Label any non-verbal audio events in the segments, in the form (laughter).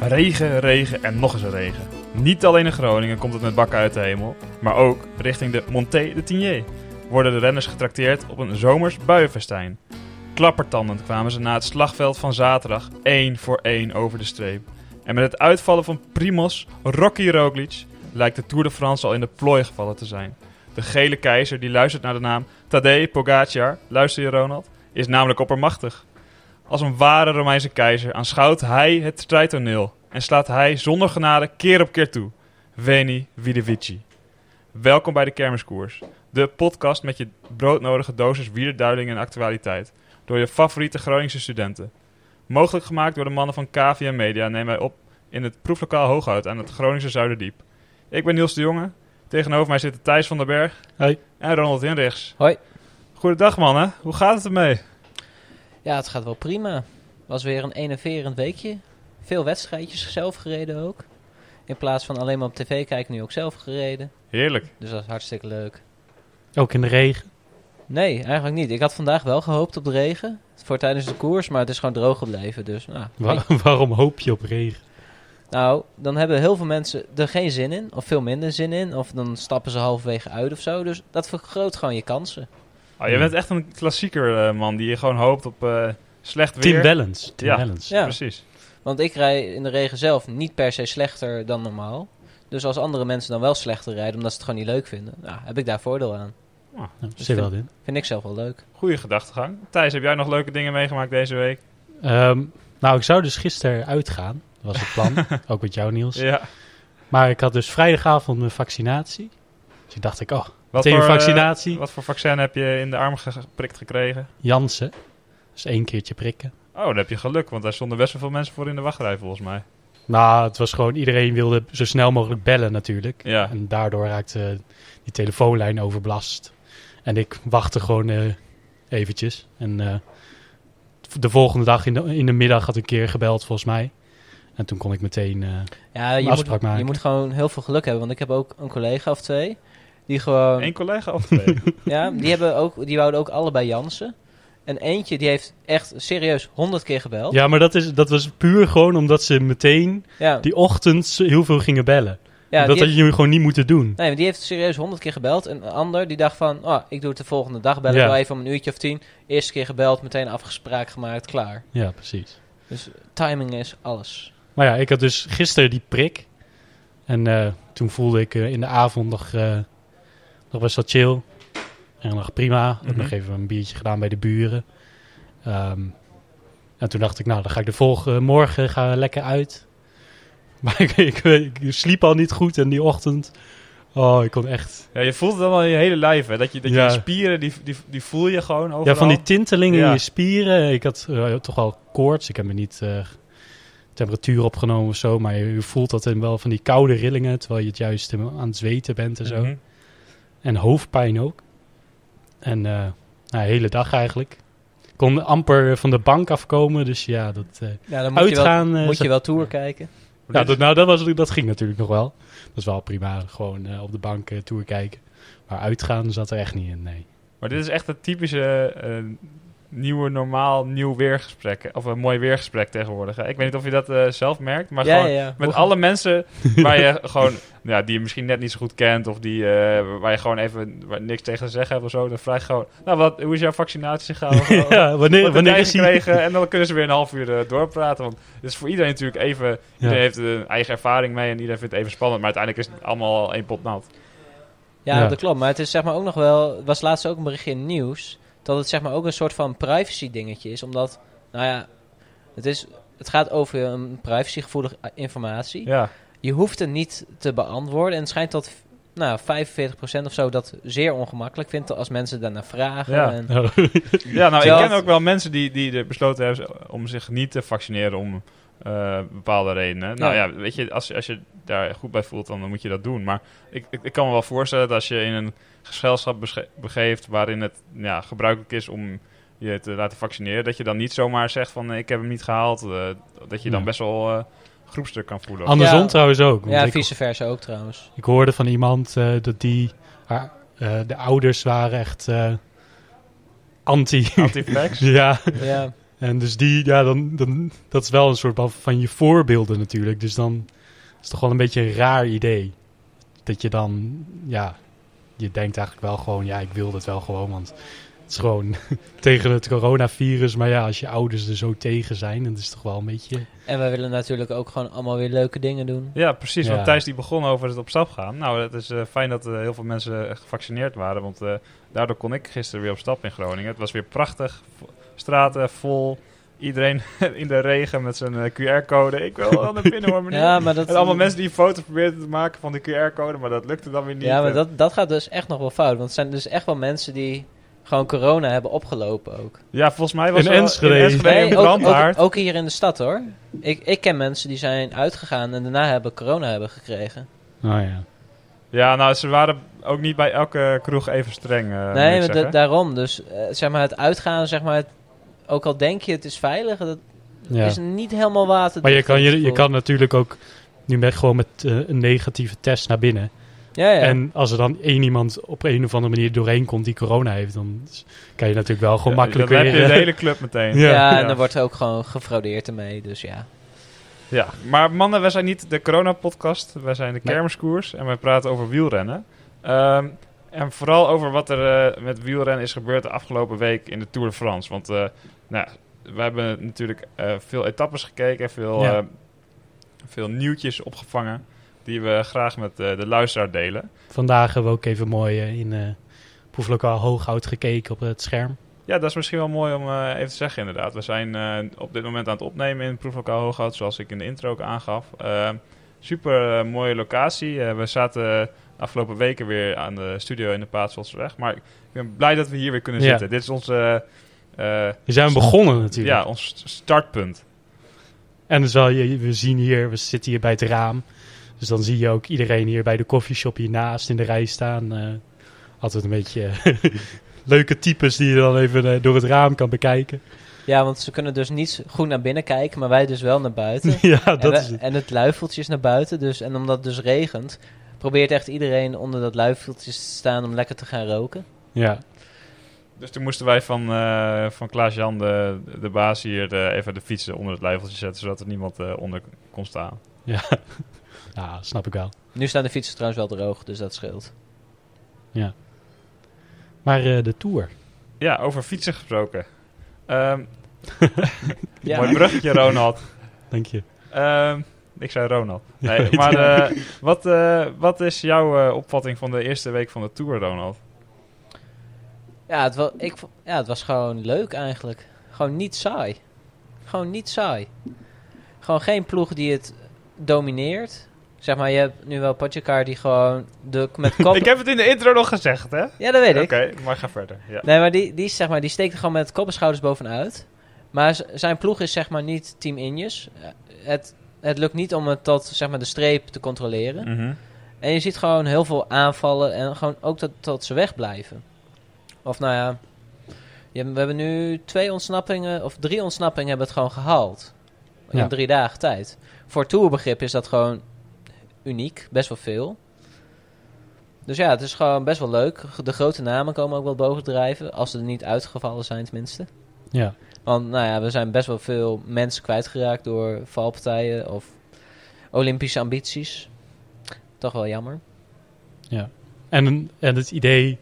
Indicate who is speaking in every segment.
Speaker 1: Regen, regen en nog eens regen. Niet alleen in Groningen komt het met bakken uit de hemel, maar ook richting de Montée de Tigné worden de renners getrakteerd op een zomers buienfestijn. Klappertandend kwamen ze na het slagveld van zaterdag één voor één over de streep. En met het uitvallen van Primos Rocky Roglic lijkt de Tour de France al in de plooi gevallen te zijn. De gele keizer die luistert naar de naam Tadej Pogacar, luister je Ronald, is namelijk oppermachtig. Als een ware Romeinse keizer aanschouwt hij het strijdtoneel en slaat hij zonder genade keer op keer toe. Veni vidi vici. Welkom bij de Kermiskoers, de podcast met je broodnodige dosis wierduiding en actualiteit door je favoriete Groningse studenten. Mogelijk gemaakt door de mannen van KVM Media nemen wij op in het proeflokaal Hooghout aan het Groningse Zuiderdiep. Ik ben Niels de Jonge, tegenover mij zitten Thijs van der Berg
Speaker 2: Hoi.
Speaker 1: en Ronald Inrichs.
Speaker 3: Hoi.
Speaker 1: Goedendag mannen, hoe gaat het ermee?
Speaker 3: Ja, het gaat wel prima. Was weer een enerverend weekje. Veel wedstrijdjes zelf gereden ook. In plaats van alleen maar op tv kijken, nu ook zelf gereden.
Speaker 1: Heerlijk.
Speaker 3: Dus dat is hartstikke leuk.
Speaker 2: Ook in de regen.
Speaker 3: Nee, eigenlijk niet. Ik had vandaag wel gehoopt op de regen. Voor tijdens de koers, maar het is gewoon droog gebleven. Dus, nou,
Speaker 2: Wa- waarom hoop je op regen?
Speaker 3: nou, dan hebben heel veel mensen er geen zin in. Of veel minder zin in. Of dan stappen ze halverwege uit of zo. Dus dat vergroot gewoon je kansen.
Speaker 1: Ah,
Speaker 2: Hmm.
Speaker 1: je bent echt een klassieker eh, man die je gewoon hoopt op eh, slecht weer.
Speaker 2: Tim Wellens. Tim
Speaker 1: Ja.
Speaker 2: Wellens.
Speaker 3: Ja.
Speaker 1: Precies.
Speaker 3: Want ik rij in de regen zelf niet per se slechter dan normaal. Dus als andere mensen dan wel slechter rijden omdat ze het gewoon niet leuk vinden, nou, heb ik daar voordeel aan.
Speaker 2: Nou, zit wel in.
Speaker 3: Vind ik zelf wel leuk.
Speaker 1: Goede gedachtegang. Thijs, heb jij nog leuke dingen meegemaakt deze week?
Speaker 2: Ehm, nou, ik zou dus gisteren uitgaan. Dat was het plan. ook met jou, Niels.
Speaker 1: Ja.
Speaker 2: Maar ik had dus vrijdagavond mijn vaccinatie. Dus ik dacht ik, oh,
Speaker 1: Wat
Speaker 2: Tegen
Speaker 1: voor, eh,
Speaker 2: vaccinatie.
Speaker 1: wat voor vaccin heb je in de arm ge- geprikt gekregen?
Speaker 2: Jansen. Dus één keertje prikken.
Speaker 1: Oh, dan heb je geluk, want daar stonden best wel veel mensen voor in de wachtrij volgens mij.
Speaker 2: Nou, het was gewoon, iedereen wilde zo snel mogelijk bellen natuurlijk.
Speaker 1: Ja.
Speaker 2: En daardoor raakte die telefoonlijn overbelast. En ik wachtte gewoon eh, eventjes. En eh, de volgende dag in de, in de middag had ik een keer gebeld volgens mij. En toen kon ik meteen... eh,
Speaker 3: Ja, je moet,
Speaker 2: afspraak maken.
Speaker 3: je moet gewoon heel veel geluk hebben. Want ik heb ook een collega of twee. Die gewoon.
Speaker 1: Eén collega of
Speaker 2: (laughs)
Speaker 1: twee?
Speaker 3: Ja, die, hebben ook, die wouden ook allebei Jansen. En eentje die heeft echt serieus honderd keer gebeld.
Speaker 2: ja, maar dat, is, dat was puur gewoon omdat ze meteen
Speaker 3: ja,
Speaker 2: die ochtend heel veel gingen bellen.
Speaker 3: ja,
Speaker 2: dat
Speaker 3: die
Speaker 2: had
Speaker 3: heeft,
Speaker 2: je gewoon niet moeten doen.
Speaker 3: nee, maar die heeft serieus honderd keer gebeld. En een ander die dacht van, oh, ik doe het de volgende dag. Bel ik
Speaker 2: Ja.
Speaker 3: wel even om een uurtje of tien. Eerste keer gebeld, meteen afgespraak gemaakt, klaar.
Speaker 2: Ja, precies.
Speaker 3: Dus timing is alles.
Speaker 2: Maar ja, ik had dus gisteren die prik. En eh, toen voelde ik eh, in de avond nog, eh, nog best wel chill. En nog prima. Heb
Speaker 1: Mhm.
Speaker 2: nog even een biertje gedaan bij de buren. Ehm, en toen dacht ik, nou, dan ga ik de volgende morgen gaan we lekker uit. (laughs) Maar ik, ik, ik sliep al niet goed. En die ochtend, oh, ik kon echt...
Speaker 1: ja, je voelt het dan al in je hele lijf, hè? Dat je, dat
Speaker 2: Ja.
Speaker 1: je spieren, die, die, die voel je gewoon overal.
Speaker 2: Ja, van die tinteling in
Speaker 1: Ja.
Speaker 2: je spieren. Ik had eh, toch wel koorts. Ik heb me niet eh, temperatuur opgenomen of zo. Maar je, je voelt dat in wel van die koude rillingen. Terwijl je het juist in- aan het zweten bent en zo.
Speaker 1: Mhm.
Speaker 2: En hoofdpijn ook. En eh, nou, de hele dag eigenlijk. Ik kon amper van de bank afkomen. Dus ja, dat eh,
Speaker 3: Ja, dan moet je
Speaker 2: uitgaan. eh,
Speaker 3: wel, moet
Speaker 2: zo-
Speaker 3: je wel tour kijken.
Speaker 2: ja, dat, nou, dat, was, dat ging natuurlijk nog wel. Dat is wel prima. Gewoon eh, op de bank eh, toer kijken. Maar uitgaan zat er echt niet in, nee.
Speaker 1: Maar dit is echt het typische eh, nieuwe, normaal, nieuw weergesprek. Of een mooi weergesprek tegenwoordig. Hè? Ik weet niet of je dat eh, zelf merkt, maar
Speaker 3: ja,
Speaker 1: gewoon...
Speaker 3: ja, ja.
Speaker 1: Met
Speaker 3: Hoe-
Speaker 1: alle mensen waar je gewoon, ja, die je misschien net niet zo goed kent, of die, eh, waar je gewoon even waar niks tegen te zeggen hebt of zo, dan vraag je gewoon, nou, wat, hoe is jouw vaccinatie gegaan? Of, eh,
Speaker 2: (laughs) ja, wanneer,
Speaker 1: wat heb
Speaker 2: wanneer
Speaker 1: jij
Speaker 2: is hij...
Speaker 1: gekregen? En dan kunnen ze weer een half uur eh, doorpraten. Want het is voor iedereen natuurlijk even... Iedereen
Speaker 2: (laughs)
Speaker 1: heeft een eigen ervaring mee en iedereen vindt het even spannend. Maar uiteindelijk is het allemaal één pot nat.
Speaker 3: Ja,
Speaker 2: Ja.
Speaker 3: dat klopt. Maar het is zeg maar ook nog wel. was laatst ook een berichtje in het nieuws. Dat het zeg maar ook een soort van privacy dingetje is. Omdat, nou ja, het, is, het gaat over een privacygevoelige eh, informatie.
Speaker 1: Ja.
Speaker 3: Je hoeft het niet te beantwoorden. En het schijnt dat nou, 45% of zo dat zeer ongemakkelijk vindt als mensen daarna vragen.
Speaker 1: Ja.
Speaker 3: En,
Speaker 2: Oh.
Speaker 1: ja, nou,
Speaker 3: Terwijl
Speaker 1: ik ken
Speaker 3: het-
Speaker 1: ook wel mensen die, die er besloten hebben om zich niet te vaccineren om eh, bepaalde redenen. Nou ja,
Speaker 3: Ja.
Speaker 1: weet je, als, je- als je daar goed bij voelt, dan moet je dat doen. Maar ik, ik, ik kan me wel voorstellen dat als je in een gezelschap besche- begeeft waarin het ja, gebruikelijk is om je te laten vaccineren, dat je dan niet zomaar zegt van eh, ik heb hem niet gehaald. eh, dat je dan
Speaker 2: Ja.
Speaker 1: best wel eh, groepsdruk kan voelen.
Speaker 2: Andersom
Speaker 3: Ja.
Speaker 2: trouwens ook. want
Speaker 3: ja,
Speaker 2: ik,
Speaker 3: vice versa ook
Speaker 2: (laughs)
Speaker 3: trouwens.
Speaker 2: ik hoorde van iemand eh, dat die... haar, eh, de ouders waren echt eh, anti... (laughs)
Speaker 1: Anti-vax?
Speaker 2: ja,
Speaker 3: ja.
Speaker 2: En dus die, ja, dan, dan, dat is wel een soort van- van je voorbeelden natuurlijk. Dus dan is het toch wel een beetje een raar idee. Dat je dan, ja, je denkt eigenlijk wel gewoon, ja, ik wil dat wel gewoon. Want het is gewoon (laughs) tegen het coronavirus. Maar ja, als je ouders er zo tegen zijn, dan is het toch wel een beetje...
Speaker 3: En wij willen natuurlijk ook gewoon allemaal weer leuke dingen doen.
Speaker 1: Ja, precies. Want
Speaker 2: Ja.
Speaker 1: Thijs die begon over het op stap gaan. Nou, het is eh, fijn dat eh, heel veel mensen echt gevaccineerd waren. Want eh, daardoor kon ik gisteren weer op stap in Groningen. Het was weer prachtig. Vo- Straten vol. Iedereen (laughs) in de regen met zijn eh, QR-code. Ik wil wel naar binnen
Speaker 3: (laughs)
Speaker 1: hoor, meneer.
Speaker 3: Ja, maar dat,
Speaker 1: En allemaal mensen die foto's probeerden te maken van de QR-code, maar dat lukte dan weer niet. Eh,
Speaker 3: ja, maar
Speaker 1: En-
Speaker 3: dat, dat gaat dus echt nog wel fout. Want het zijn dus echt wel mensen die gewoon corona hebben opgelopen ook.
Speaker 1: ja volgens mij was
Speaker 2: In
Speaker 1: er wel-
Speaker 2: Enschede.
Speaker 1: in Enschede een
Speaker 3: Nee, ook,
Speaker 1: brandhaard.
Speaker 3: ook, ook hier in de stad hoor. Ik, ik ken mensen die zijn uitgegaan en daarna hebben corona hebben gekregen.
Speaker 2: Nou ja.
Speaker 1: Ja, nou, ze waren ook niet bij elke kroeg even streng. eh, moet ik
Speaker 3: nee, maar da-
Speaker 1: zeggen.
Speaker 3: daarom. Dus eh, zeg maar het uitgaan, zeg maar, het- ook al denk je het is veilig, dat
Speaker 2: ja.
Speaker 3: is niet helemaal water.
Speaker 2: Maar je kan, je, je kan natuurlijk ook nu met, gewoon met eh, een negatieve test naar binnen.
Speaker 3: Ja, ja.
Speaker 2: En als er dan één iemand op een of andere manier doorheen komt die corona heeft, dan s- kan je natuurlijk wel gewoon
Speaker 1: Ja,
Speaker 2: makkelijk
Speaker 1: Dan
Speaker 2: weer...
Speaker 1: heb je de
Speaker 2: eh,
Speaker 1: hele club meteen.
Speaker 2: Ja.
Speaker 3: ja, en dan wordt er ook gewoon gefraudeerd ermee. Dus ja.
Speaker 1: Ja, maar mannen, wij zijn niet de corona-podcast. Wij zijn de
Speaker 2: Nee.
Speaker 1: kermiskoers en wij praten over wielrennen. Ehm, en vooral over wat er eh, met wielrennen is gebeurd de afgelopen week in de Tour de France. Want eh nou, we hebben natuurlijk eh, veel etappes gekeken, veel,
Speaker 2: Ja.
Speaker 1: eh, veel nieuwtjes opgevangen... die we graag met eh, de luisteraar delen.
Speaker 2: (laughs) Vandaag hebben we ook even mooi eh, in eh proeflokaal Hooghout gekeken op het scherm.
Speaker 1: Ja, dat is misschien wel mooi om eh, even te zeggen inderdaad. We zijn eh, op dit moment aan het opnemen in Proeflokaal Hooghout, zoals ik in de intro ook aangaf. Eh, super eh, mooie locatie. Eh, we zaten de afgelopen weken weer aan de studio in de Paatsvolsweg. Maar ik ben blij dat we hier weer kunnen
Speaker 2: Ja.
Speaker 1: zitten. Dit is ons, eh, eh,
Speaker 2: We zijn begonnen natuurlijk.
Speaker 1: ja, ons st- startpunt.
Speaker 2: En dus wel, je, we zien hier, we zitten hier bij het raam. Dus dan zie je ook iedereen hier bij de koffieshop hiernaast in de rij staan. eh, altijd een beetje (laughs) leuke types die je dan even eh, door het raam kan bekijken.
Speaker 3: Ja, want ze kunnen dus niet goed naar binnen kijken, maar wij dus wel naar buiten.
Speaker 2: (laughs) ja, dat
Speaker 3: en, eh, we-
Speaker 2: is het.
Speaker 3: en het luifeltje is naar buiten. Dus, en omdat het dus regent, probeert echt iedereen onder dat luifeltje te staan om lekker te gaan roken.
Speaker 2: Ja.
Speaker 1: Dus toen moesten wij van, eh, van Klaas-Jan, de, de baas hier, de- even de fietsen onder het luifeltje zetten... zodat er niemand eh, onder kon staan.
Speaker 2: ja, snap ik wel.
Speaker 3: Nu staan de fietsen trouwens wel droog, dus dat scheelt.
Speaker 2: Maar eh, de Tour.
Speaker 1: Ja, over fietsen gesproken. Ehm,
Speaker 3: Ja,
Speaker 1: Mooi bruggetje, Ronald.
Speaker 2: Dank je.
Speaker 1: Ehm, ik zei (laughs) Ronald. Nee,
Speaker 2: weet
Speaker 1: maar
Speaker 2: ik.
Speaker 1: eh, wat, eh, wat is jouw eh, opvatting van de eerste week van de Tour, Ronald?
Speaker 3: ja, het wa- ik, vo- ja, het was gewoon leuk eigenlijk. Gewoon niet saai. Gewoon niet saai. Gewoon geen ploeg die het domineert. Zeg maar, je hebt nu wel Potjekar die gewoon de,
Speaker 2: (laughs)
Speaker 3: met kop...
Speaker 1: Ik heb het in de intro nog gezegd, hè?
Speaker 3: Ja, dat weet
Speaker 1: Oké,
Speaker 3: ik.
Speaker 1: maar ga verder. Ja.
Speaker 3: Nee, maar die, die, is, zeg maar, die steekt er gewoon met kop en schouders bovenuit. Maar z- zijn ploeg is zeg maar niet Team Injes. Eh, Het, het lukt niet om het tot zeg maar, de streep te controleren.
Speaker 1: Mhm.
Speaker 3: En je ziet gewoon heel veel aanvallen en gewoon ook dat, dat ze wegblijven. Of nou ja, je- we hebben nu twee ontsnappingen, of drie ontsnappingen hebben het gewoon gehaald. In
Speaker 2: Ja.
Speaker 3: drie dagen tijd. Voor tourbegrip is dat gewoon uniek, best wel veel. Dus ja, het is gewoon best wel leuk. De grote namen komen ook wel boven drijven, als ze er niet uitgevallen zijn tenminste.
Speaker 2: Ja.
Speaker 3: Want nou ja, we zijn best wel veel mensen kwijtgeraakt door valpartijen of Olympische ambities. Toch wel jammer.
Speaker 2: En, en het idee...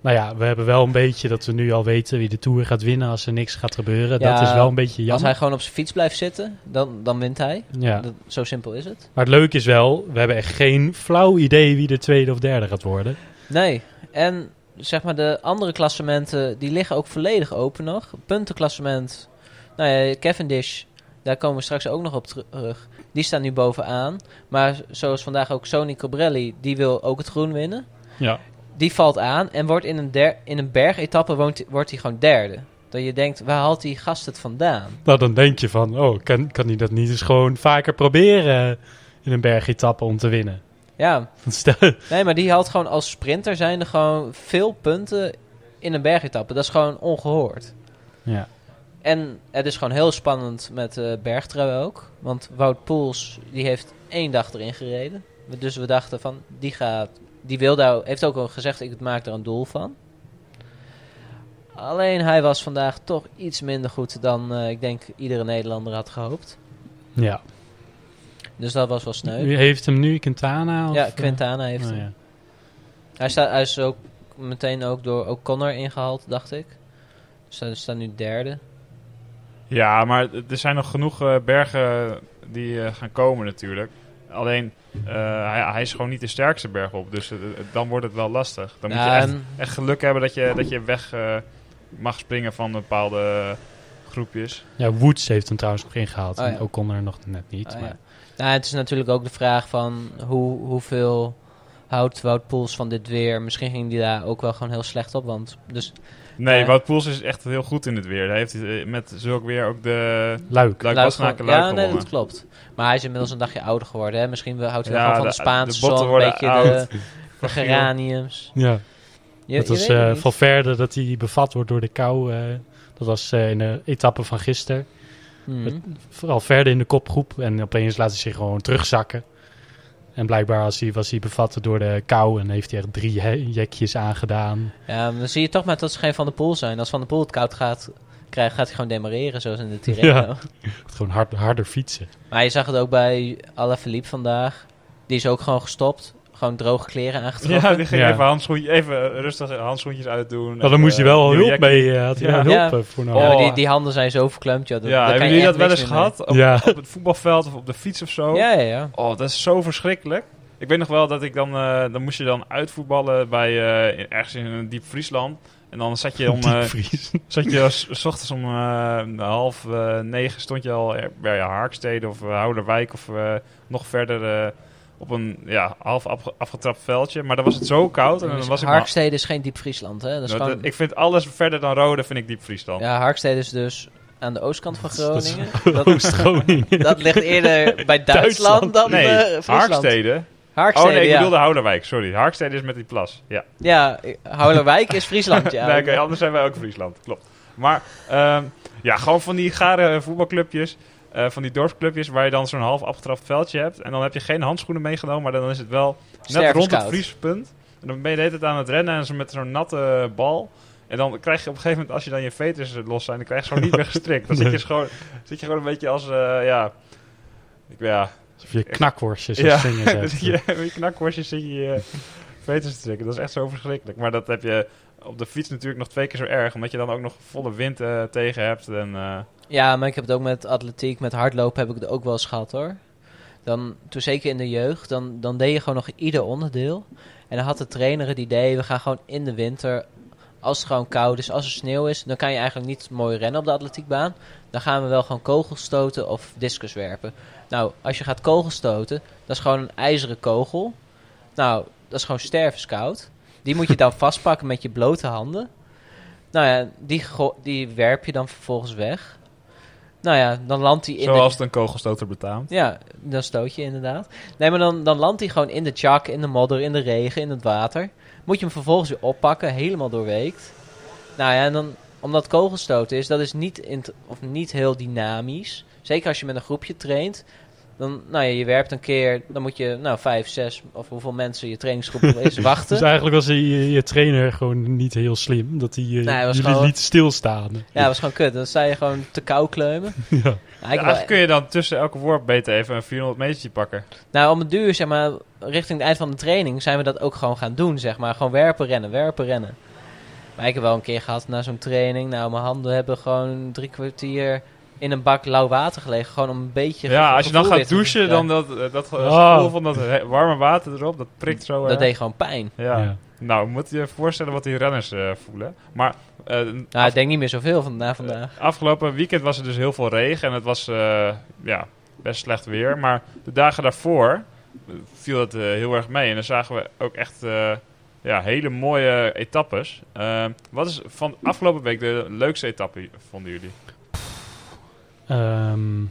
Speaker 2: Nou ja, we hebben wel een beetje dat we nu al weten wie de Tour gaat winnen als er niks gaat gebeuren.
Speaker 3: Ja,
Speaker 2: dat is wel een beetje
Speaker 3: Als
Speaker 2: jammer.
Speaker 3: hij gewoon op zijn fiets blijft zitten, dan, dan wint hij.
Speaker 2: Ja.
Speaker 3: Dat, zo simpel is het.
Speaker 2: Maar het leuke is wel, we hebben echt geen flauw idee wie de tweede of derde gaat worden.
Speaker 3: Nee, en zeg maar de andere klassementen, die liggen ook volledig open nog. Puntenklassement, nou ja, Cavendish, daar komen we straks ook nog op terug. Die staat nu bovenaan. Maar zoals vandaag ook Sony Cobrelli, die wil ook het groen winnen.
Speaker 2: Ja.
Speaker 3: Die valt aan en wordt in een, der, in een bergetappe woont, wordt hij gewoon derde. Dat je denkt, waar haalt die gast het vandaan?
Speaker 2: Nou, dan denk je van, oh, kan, kan hij dat niet eens gewoon vaker proberen in een bergetappe om te winnen? (laughs)
Speaker 3: Ja,
Speaker 2: Want Stel,
Speaker 3: Nee, maar die haalt gewoon als sprinter zijn er gewoon veel punten in een bergetappe. Dat is gewoon ongehoord.
Speaker 2: ja.
Speaker 3: En het is gewoon heel spannend met eh bergtrui ook. Want Wout Poels, die heeft één dag erin gereden. Dus we dachten van, die gaat... Die wil daar, heeft ook al gezegd, ik maak er een doel van. Alleen hij was vandaag toch iets minder goed dan eh, ik denk iedere Nederlander had gehoopt.
Speaker 2: Ja.
Speaker 3: Dus dat was wel sneu.
Speaker 2: Wie heeft hem nu? Quintana? Of,
Speaker 3: ja,
Speaker 2: eh,
Speaker 3: Quintana heeft
Speaker 2: oh,
Speaker 3: hem.
Speaker 2: ja.
Speaker 3: Hij, staat, hij is ook meteen ook door O'Connor ingehaald, dacht ik. Dus hij staat nu derde.
Speaker 1: Ja, maar er zijn nog genoeg eh, bergen die eh, gaan komen natuurlijk. Alleen, eh, hij, hij is gewoon niet de sterkste berg op. Dus eh, dan wordt het wel lastig. Dan moet
Speaker 3: Ja,
Speaker 1: je echt,
Speaker 3: en-
Speaker 1: echt geluk hebben dat je, dat je weg eh, mag springen van bepaalde groepjes.
Speaker 2: Ja, Woods heeft hem trouwens nog ingehaald.
Speaker 3: Oh, ja.
Speaker 2: En O'Connor nog net niet.
Speaker 3: Ah, ja.
Speaker 2: maar
Speaker 3: Nou, het is natuurlijk ook de vraag van hoe, hoeveel houdt Wout Poels van dit weer. Misschien ging die daar ook wel gewoon heel slecht op. Want dus
Speaker 1: Nee,
Speaker 3: Ja.
Speaker 1: Wout Poels is echt heel goed in het weer. Hij heeft eh, met zulk weer ook de
Speaker 2: Luik.
Speaker 1: luik
Speaker 3: Luik
Speaker 1: Bastenaken
Speaker 3: gewoon-
Speaker 1: luik
Speaker 3: Ja, nee,
Speaker 1: gewonnen.
Speaker 3: dat klopt. Maar hij is inmiddels een dagje ouder geworden. Hè? Misschien wel- houdt hij
Speaker 1: Ja,
Speaker 3: wel gewoon
Speaker 1: de-
Speaker 3: van de Spaanse
Speaker 1: de botten
Speaker 3: zon, een
Speaker 1: worden
Speaker 3: beetje
Speaker 1: oud.
Speaker 3: de,
Speaker 1: (laughs)
Speaker 3: de geraniums.
Speaker 2: Ja.
Speaker 3: Je,
Speaker 2: dat
Speaker 3: je
Speaker 2: was
Speaker 3: weet het
Speaker 2: eh,
Speaker 3: niet.
Speaker 2: van verder dat hij bevat wordt door de kou. eh, dat was eh, in de etappe van gisteren.
Speaker 3: Mhm.
Speaker 2: Vooral verder in de kopgroep. En opeens laat hij zich gewoon terugzakken. En blijkbaar als hij, was hij bevat door de kou. En heeft hij echt drie he- jekjes aangedaan.
Speaker 3: Ja, maar dan zie je toch maar dat ze geen Van der Poel zijn. Als Van der Poel het koud gaat krijgen, gaat hij gewoon demareren, zoals in de Tirreno.
Speaker 2: Ja. Gewoon hard, harder fietsen.
Speaker 3: Maar je zag het ook bij Alaphilippe vandaag. Die is ook gewoon gestopt. Gewoon droge kleren aangetrokken.
Speaker 1: Ja, die ging
Speaker 2: Ja.
Speaker 1: even, handschoen, even rustig handschoentjes uitdoen.
Speaker 2: Nou, dan moest hij
Speaker 1: Even,
Speaker 2: wel
Speaker 1: eh,
Speaker 2: hulp
Speaker 1: jackie-
Speaker 2: mee. eh, had hij
Speaker 1: Ja. Oh.
Speaker 2: wel hulp
Speaker 3: Ja. Oh,
Speaker 2: eh, voor
Speaker 3: Ja, maar
Speaker 2: nodig.
Speaker 3: die, die handen zijn zo verklemd. Ja,
Speaker 1: Ja,
Speaker 3: dat, daar kan
Speaker 1: hebben
Speaker 3: je
Speaker 1: jullie dat
Speaker 3: echt
Speaker 1: wel
Speaker 3: niks
Speaker 1: eens
Speaker 3: meer mee.
Speaker 1: gehad? Op,
Speaker 2: Ja.
Speaker 1: op het voetbalveld of op de fiets of zo?
Speaker 3: Ja, ja, ja.
Speaker 1: Oh, dat is zo verschrikkelijk. Ik weet nog wel dat ik dan... eh, dan moest je dan uitvoetballen bij, eh, in- ergens in een diep Friesland. En dan zat je om...
Speaker 2: (laughs)
Speaker 1: eh,
Speaker 2: Diepvries.
Speaker 1: zat je s, s ochtends om eh, half eh, negen... stond je al er- bij ja, Haarkstede of eh, Houderwijk of eh, nog verder... eh, op een ja, half afge- afgetrapt veldje. Maar dan was het zo koud. En dan was ik maar-
Speaker 3: Dus
Speaker 1: Nou,
Speaker 3: Harkstede is geen diep Friesland, hè? Dat is
Speaker 1: Dat-
Speaker 3: gewoon,
Speaker 1: dat- ik vind alles verder dan rode vind ik diep Friesland.
Speaker 3: ja, Harkstede is dus aan de
Speaker 1: (laughs)
Speaker 3: oostkant van
Speaker 2: dat is-
Speaker 3: Groningen. Dat, dat,
Speaker 2: Oost-Groningen.
Speaker 3: ligt eerder bij Duitsland,
Speaker 2: Duitsland.
Speaker 3: dan
Speaker 1: nee,
Speaker 3: eh, Friesland.
Speaker 1: Haarkstede.
Speaker 3: Haarkstede,
Speaker 1: oh nee, ik
Speaker 3: ja.
Speaker 1: bedoelde Houderwijk, sorry. Haarkstede is met die plas. Ja.
Speaker 3: Ja, Houderwijk is
Speaker 1: (laughs)
Speaker 3: Friesland, ja.
Speaker 1: nee, oké, anders zijn wij ook Friesland, klopt. Maar ehm, ja, gewoon van die gare voetbalclubjes, eh, van die dorpsclubjes waar je dan zo'n half afgetrapt veldje hebt. En dan heb je geen handschoenen meegenomen, maar dan is het wel net
Speaker 3: Sterk
Speaker 1: rond het
Speaker 3: koud.
Speaker 1: vriespunt. En dan ben je de hele tijd aan het rennen en zo met zo'n natte eh, bal. En dan krijg je op een gegeven moment, als je dan je veters eh, los zijn, dan krijg je ze gewoon niet meer
Speaker 3: (laughs)
Speaker 1: gestrikt. Dan zit, je gewoon, zit je gewoon een beetje als, eh, ja... Ik, ja,
Speaker 2: Alsof je knakworstjes
Speaker 1: Ja,
Speaker 2: als (laughs) vingers
Speaker 1: dan
Speaker 2: hebt.
Speaker 1: zit je (laughs) met je knakworstjes zit je je veters te trekken. Dat is echt zo verschrikkelijk. Maar dat heb je op de fiets natuurlijk nog twee keer zo erg. Omdat je dan ook nog volle wind eh, tegen hebt. En, eh,
Speaker 3: Ja, maar ik heb het ook met atletiek, met hardlopen heb ik het ook wel eens gehad hoor. Dan, toen zeker in de jeugd, dan, dan deed je gewoon nog ieder onderdeel. En dan had de trainer het idee, we gaan gewoon in de winter, als het gewoon koud is, als er sneeuw is, dan kan je eigenlijk niet mooi rennen op de atletiekbaan. Dan gaan we wel gewoon kogels stoten of discus werpen. Nou, als je gaat kogels stoten, dat is gewoon een ijzeren kogel. Nou, dat is gewoon stervenskoud. Die moet je dan vastpakken met je blote handen. Nou ja, die, go- die werp je dan vervolgens weg. Nou ja, dan landt hij in de
Speaker 1: zoals het een kogelstoter betaamt.
Speaker 3: ja, dan stoot je inderdaad. Nee, maar dan, dan landt hij gewoon in de chak, in de modder, in de regen, in het water. Moet je hem vervolgens weer oppakken, helemaal doorweekt. Nou ja, en dan, omdat kogelstoten is, dat is niet, int- of niet heel dynamisch. Zeker als je met een groepje traint. Dan, nou ja, je werpt een keer, dan moet je, nou, vijf, zes, of hoeveel mensen je trainingsgroep is wachten.
Speaker 2: Dus eigenlijk was je, je trainer gewoon niet heel slim. Dat hij eh,
Speaker 3: hij was
Speaker 2: jullie
Speaker 3: gewoon-
Speaker 2: liet stilstaan.
Speaker 3: Ja, dat is gewoon kut. Dan sta je gewoon te kou kleumen.
Speaker 2: Ja.
Speaker 3: Nou, ik heb wel-
Speaker 1: eigenlijk kun je dan tussen elke worp beter even een 400 metertje pakken.
Speaker 3: Nou, om het duur, zeg maar, richting het eind van de training zijn we dat ook gewoon gaan doen, zeg maar. Gewoon werpen, rennen, werpen, rennen. Maar ik heb wel een keer gehad na zo'n training. Nou, mijn handen hebben gewoon drie kwartier in een bak lauw water gelegen. Gewoon om een beetje...
Speaker 1: ja, als je dan
Speaker 3: gevoel weer
Speaker 1: gaat
Speaker 3: te
Speaker 1: douchen,
Speaker 3: krijgen.
Speaker 1: dan dat, eh, dat gevoel
Speaker 2: Oh.
Speaker 1: van dat he- warme water erop, dat prikt zo.
Speaker 3: Dat
Speaker 1: erg.
Speaker 3: deed gewoon pijn.
Speaker 1: ja. Nou, moet je je voorstellen wat die renners eh, voelen. Maar eh,
Speaker 3: Nou, ik denk niet meer zoveel van na vandaag.
Speaker 1: Afgelopen weekend was er dus heel veel regen en het was eh, ja, best slecht weer. Maar de dagen daarvoor eh, viel het eh, heel erg mee. En dan zagen we ook echt eh, ja, hele mooie etappes. Eh, wat is van afgelopen week de leukste etappe, vonden jullie?
Speaker 2: Ehm,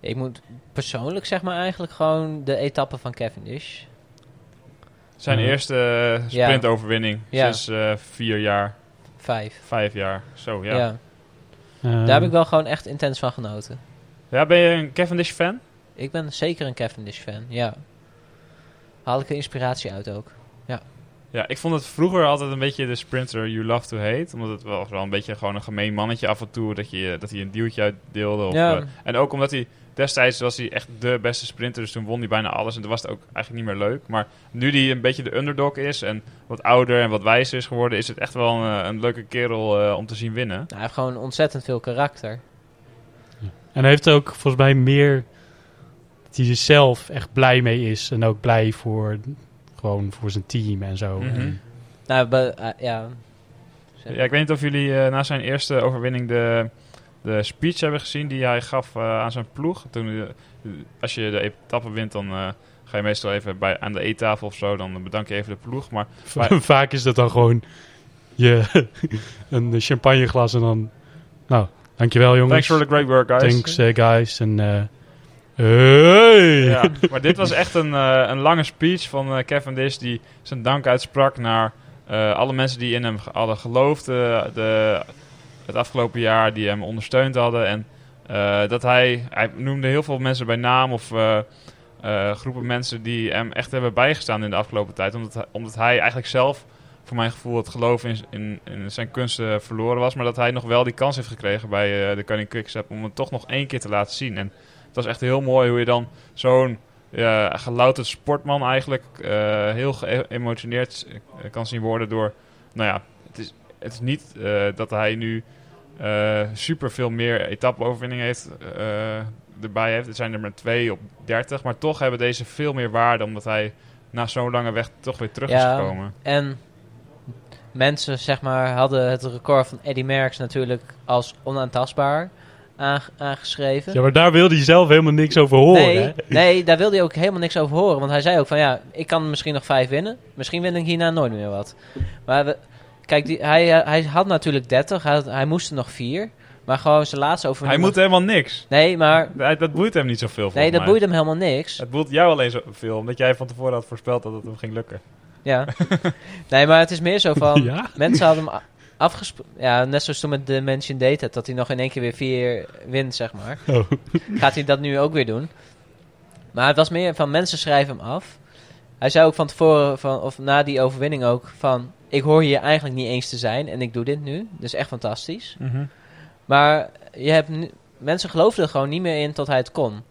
Speaker 3: Ik moet persoonlijk, zeg maar, eigenlijk gewoon de etappe van Cavendish.
Speaker 1: Zijn
Speaker 2: Ja.
Speaker 1: eerste eh, sprintoverwinning
Speaker 3: Ja.
Speaker 1: sinds eh, vier jaar,
Speaker 3: Vijf.
Speaker 1: vijf jaar. Zo, ja.
Speaker 3: Ja.
Speaker 1: ja.
Speaker 2: ehm,
Speaker 3: Daar heb ik wel gewoon echt intens van genoten.
Speaker 1: ben je een Cavendish-fan?
Speaker 3: Ik ben zeker een Cavendish-fan, ja. Haal ik er inspiratie uit ook.
Speaker 1: Ja, ik vond het vroeger altijd een beetje de sprinter you love to hate. Omdat het wel, wel een beetje gewoon een gemeen mannetje af en toe. Dat, je, dat hij een duwtje uitdeelde. Of,
Speaker 3: Ja.
Speaker 1: eh, en ook omdat hij destijds was hij echt de beste sprinter. Dus toen won hij bijna alles. En toen was het ook eigenlijk niet meer leuk. Maar nu die een beetje de underdog is. En wat ouder en wat wijzer is geworden. Is het echt wel een, eh, een leuke kerel eh, om te zien winnen.
Speaker 3: hij heeft gewoon ontzettend veel karakter.
Speaker 2: En hij heeft ook volgens mij meer dat hij er zelf echt blij mee is. En ook blij voor, gewoon voor zijn team en zo.
Speaker 1: Mhm.
Speaker 2: En
Speaker 3: Nou, be- eh, ja. Zeg-
Speaker 1: Ja, ik weet niet of jullie eh, na zijn eerste overwinning de, de speech hebben gezien die hij gaf eh, aan zijn ploeg. Toen, eh, als je de etappe wint, dan eh, ga je meestal even bij, aan de eettafel of zo. Dan bedank je even de ploeg. Maar Maar-
Speaker 2: (laughs) Vaak is dat dan gewoon je, (laughs) een champagneglas en dan... Nou, dankjewel jongens.
Speaker 1: thanks for the great work, guys.
Speaker 2: Thanks, eh, guys. En eh, hey!
Speaker 1: Ja, maar dit was echt een, eh, een lange speech van eh Cavendish die zijn dank uitsprak naar eh, alle mensen die in hem ge- hadden geloofd eh, de, het afgelopen jaar, die hem ondersteund hadden. En eh, dat hij, hij noemde heel veel mensen bij naam of eh, eh, groepen mensen die hem echt hebben bijgestaan in de afgelopen tijd. Omdat hij, omdat hij eigenlijk zelf, voor mijn gevoel, het geloof in, z- in, in zijn kunsten verloren was. Maar dat hij nog wel die kans heeft gekregen bij eh, de Koning Quickstep om het toch nog één keer te laten zien. En het was echt heel mooi hoe je dan zo'n eh, gelouterd sportman eigenlijk eh, heel geëmotioneerd eh, kan zien worden door... Nou ja, het is, het is niet eh, dat hij nu eh super veel meer etappe-overwinningen heeft, eh, erbij heeft. Er zijn er maar twee op 30, maar toch hebben deze veel meer waarde omdat hij na zo'n lange weg toch weer terug
Speaker 3: Ja.
Speaker 1: is gekomen.
Speaker 3: En mensen, zeg maar, hadden het record van Eddy Merckx natuurlijk als onaantastbaar aange- aangeschreven.
Speaker 2: (laughs) Ja, maar daar wilde hij zelf helemaal niks over horen. hè? (laughs)
Speaker 3: Nee, nee, daar wilde hij ook helemaal niks over horen. Want hij zei ook van ja, ik kan misschien nog vijf winnen. Misschien win ik hierna nooit meer wat. Maar we- kijk, die, hij, eh, hij had natuurlijk 30. Hij, had- hij moest er nog vier. Maar gewoon zijn laatste over.
Speaker 1: Hij moet helemaal niks.
Speaker 3: Nee, maar.
Speaker 1: Dat, dat boeit hem niet zoveel
Speaker 3: Nee,
Speaker 1: volgens
Speaker 3: dat
Speaker 1: mij.
Speaker 3: boeide hem helemaal niks.
Speaker 1: Het boeit jou alleen zoveel, omdat jij van tevoren had voorspeld dat het hem ging lukken. (laughs)
Speaker 3: Ja. Nee, maar het is meer zo van.
Speaker 2: Ja?
Speaker 3: Mensen hadden hem a- afgesproken. Ja, net zoals toen met Dimension Data. Dat hij nog in één keer weer vier wint, zeg maar.
Speaker 2: Oh.
Speaker 3: gaat hij dat nu ook weer doen. Maar het was meer van mensen schrijven hem af. Hij zei ook van tevoren, van, of na die overwinning ook, van... Ik hoor hier eigenlijk niet eens te zijn en ik doe dit nu. Dus echt fantastisch. Maar je hebt nu- mensen geloofden er gewoon niet meer in tot hij het kon.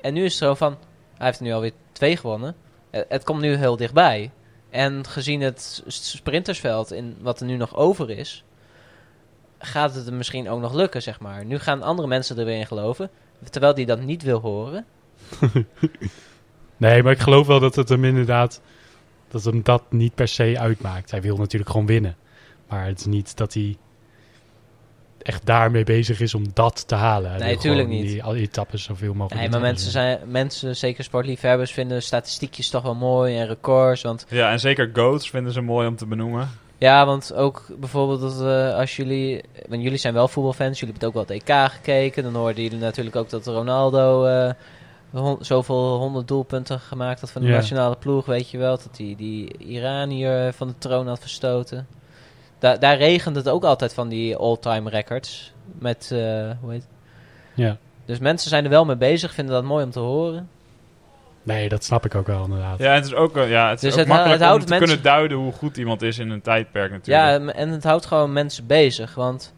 Speaker 3: En nu is het zo van... Hij heeft er nu alweer twee gewonnen. Eh, Het komt nu heel dichtbij. En gezien het s- sprintersveld in wat er nu nog over is... gaat het hem misschien ook nog lukken, zeg maar. Nu gaan andere mensen er weer in geloven. Terwijl die dat niet wil horen.
Speaker 2: Nee, maar ik geloof wel dat het hem inderdaad... dat hem dat niet per se uitmaakt. Hij wil natuurlijk gewoon winnen. Maar het is niet dat hij echt daarmee bezig is om dat te halen. Hij
Speaker 3: Nee,
Speaker 2: wil
Speaker 3: tuurlijk
Speaker 2: gewoon
Speaker 3: niet.
Speaker 2: Die al- etappes zoveel mogelijk.
Speaker 3: Nee, maar
Speaker 2: etappes
Speaker 3: mensen,
Speaker 2: winnen.
Speaker 3: zijn, mensen zeker sportliefhebbers, vinden statistiekjes toch wel mooi en records. Want
Speaker 1: Ja, en zeker goats vinden ze mooi om te benoemen.
Speaker 3: ja, want ook bijvoorbeeld dat, eh, als jullie... Want jullie zijn wel voetbalfans, jullie hebben ook wel het EK gekeken. Dan hoorden jullie natuurlijk ook dat Ronaldo eh, hon- zoveel honderd doelpunten gemaakt had van de
Speaker 2: Ja.
Speaker 3: nationale ploeg, weet je wel. Dat hij die Iranier eh, van de troon had verstoten. Da daar regent het ook altijd van die all-time records. Met, eh, hoe heet
Speaker 2: Ja.
Speaker 3: Dus mensen zijn er wel mee bezig, vinden dat mooi om te horen.
Speaker 2: Nee, dat snap ik ook wel inderdaad.
Speaker 1: Ja, en het is ook, eh, ja, het is
Speaker 3: Dus
Speaker 1: ook
Speaker 3: het-
Speaker 1: makkelijk
Speaker 3: het houdt
Speaker 1: om te
Speaker 3: mensen-
Speaker 1: kunnen duiden hoe goed iemand is in een tijdperk natuurlijk.
Speaker 3: Ja, en- en het houdt gewoon mensen bezig. Want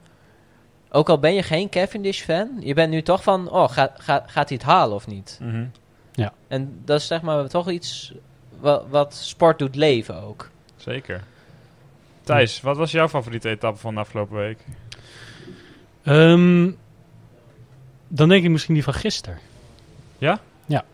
Speaker 3: ook al ben je geen Cavendish-fan, je bent nu toch van... Oh, ga, ga, gaat hij het halen of niet?
Speaker 1: Mhm.
Speaker 3: En dat is zeg maar toch iets wat, wat sport doet leven ook.
Speaker 1: Zeker. Thijs, wat was jouw favoriete etappe van de afgelopen week?
Speaker 2: Ehm, dan denk ik misschien die van gisteren.
Speaker 1: Ja?
Speaker 2: Ja.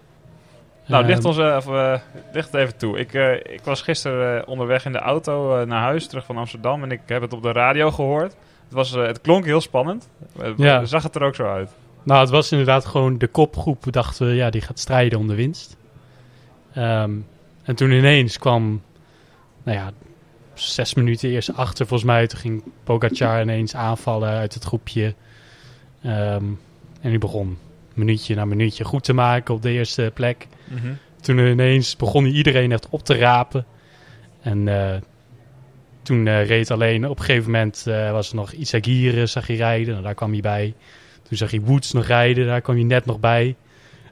Speaker 1: Nou,
Speaker 2: Ehm,
Speaker 1: licht, ons, eh, of, eh, licht het even toe. Ik, eh, ik was gisteren eh, onderweg in de auto eh, naar huis, terug van Amsterdam. En ik heb het op de radio gehoord. Het, was, eh, het klonk heel spannend. Eh,
Speaker 2: Ja.
Speaker 1: Zag het er ook zo uit.
Speaker 2: Nou, het was inderdaad gewoon de kopgroep. We dachten, ja, die gaat strijden om de winst. Ehm, en toen ineens kwam, nou ja, zes minuten eerst achter volgens mij. Toen ging Pogacar ineens aanvallen uit het groepje. Ehm, en die begon minuutje na minuutje goed te maken op de eerste plek. Toen ineens begon hij iedereen echt op te rapen. En eh, toen eh, reed alleen op een gegeven moment eh, was er nog Isagire, zag hij rijden. Nou, daar kwam hij bij. Toen zag hij Woods nog rijden, daar kwam hij net nog bij.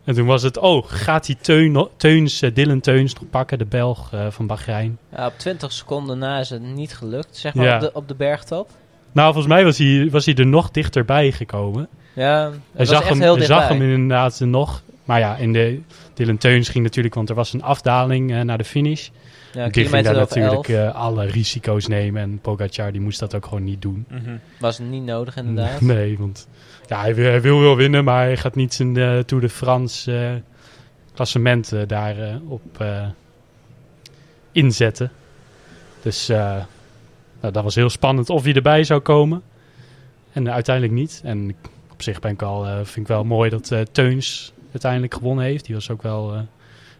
Speaker 2: En toen was het, oh, gaat die Teun, no- Teuns, eh, Dylan Teuns nog pakken, de Belg eh, van Bahrein?
Speaker 3: Ja, op 20 seconden na is het niet gelukt, zeg maar,
Speaker 2: Ja.
Speaker 3: op, de, op de bergtop.
Speaker 2: Nou, volgens mij was hij, was hij er nog dichterbij gekomen.
Speaker 3: Ja,
Speaker 2: Hij
Speaker 3: het
Speaker 2: zag,
Speaker 3: was
Speaker 2: hem,
Speaker 3: echt heel
Speaker 2: hij zag hem
Speaker 3: dichtbij.
Speaker 2: inderdaad nog. Maar ja, in de, Dylan Teuns ging natuurlijk, want er was een afdaling eh, naar de finish.
Speaker 3: Ja,
Speaker 2: die ging daar
Speaker 3: kilometer over
Speaker 2: natuurlijk
Speaker 3: 11
Speaker 2: eh, alle risico's nemen. En Pogacar die moest dat ook gewoon niet doen.
Speaker 1: Eh,
Speaker 3: was niet nodig inderdaad.
Speaker 2: eh, (laughs) Nee, want ja, hij, wil, hij wil wel winnen, maar hij gaat niet zijn eh Tour de France eh, klassement eh, daar eh, op eh, inzetten. Dus eh, nou, dat was heel spannend of hij erbij zou komen. En eh, uiteindelijk niet. En ik- op zich ben ik al, eh, vind ik wel mooi dat eh, Teuns uiteindelijk gewonnen heeft. Die was ook wel eh,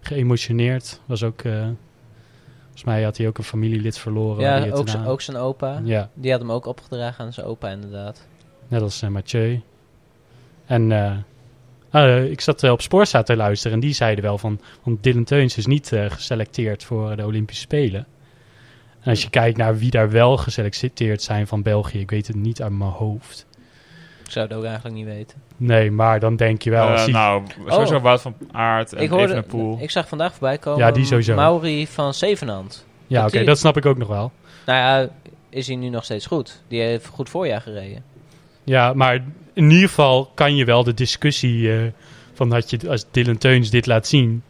Speaker 2: geëmotioneerd. Was ook, eh, volgens mij had hij ook een familielid verloren. waar
Speaker 3: Ja,
Speaker 2: hij het
Speaker 3: ook, zijn-
Speaker 2: daarna-
Speaker 3: ook zijn opa.
Speaker 2: Ja.
Speaker 3: Die had hem ook opgedragen aan zijn opa inderdaad.
Speaker 2: Net als eh, Mathieu. En eh, eh, ik zat eh, op Spoorsta te luisteren en die zeiden wel van... Want Dylan Teuns is niet eh, geselecteerd voor eh, de Olympische Spelen. En als je kijkt naar wie daar wel geselecteerd zijn van België... Ik weet het niet uit mijn hoofd.
Speaker 3: Ik zou het ook eigenlijk niet weten.
Speaker 2: Nee, maar dan denk je wel...
Speaker 1: Eh,
Speaker 2: als die-
Speaker 1: nou, sowieso
Speaker 3: Oh.
Speaker 1: Wout van Aert en
Speaker 3: ik, hoorde,
Speaker 1: Evenepoel.
Speaker 3: ik zag vandaag voorbij komen
Speaker 2: Ja, die sowieso.
Speaker 3: Mauri van Zevenand.
Speaker 2: ja, oké,
Speaker 3: natuurlijk.
Speaker 2: dat snap ik ook nog wel.
Speaker 3: Nou ja, is hij nu nog steeds goed. Die heeft goed voorjaar gereden.
Speaker 2: Ja, maar in ieder geval kan je wel de discussie eh, van dat je als Dylan Teuns dit laat zien.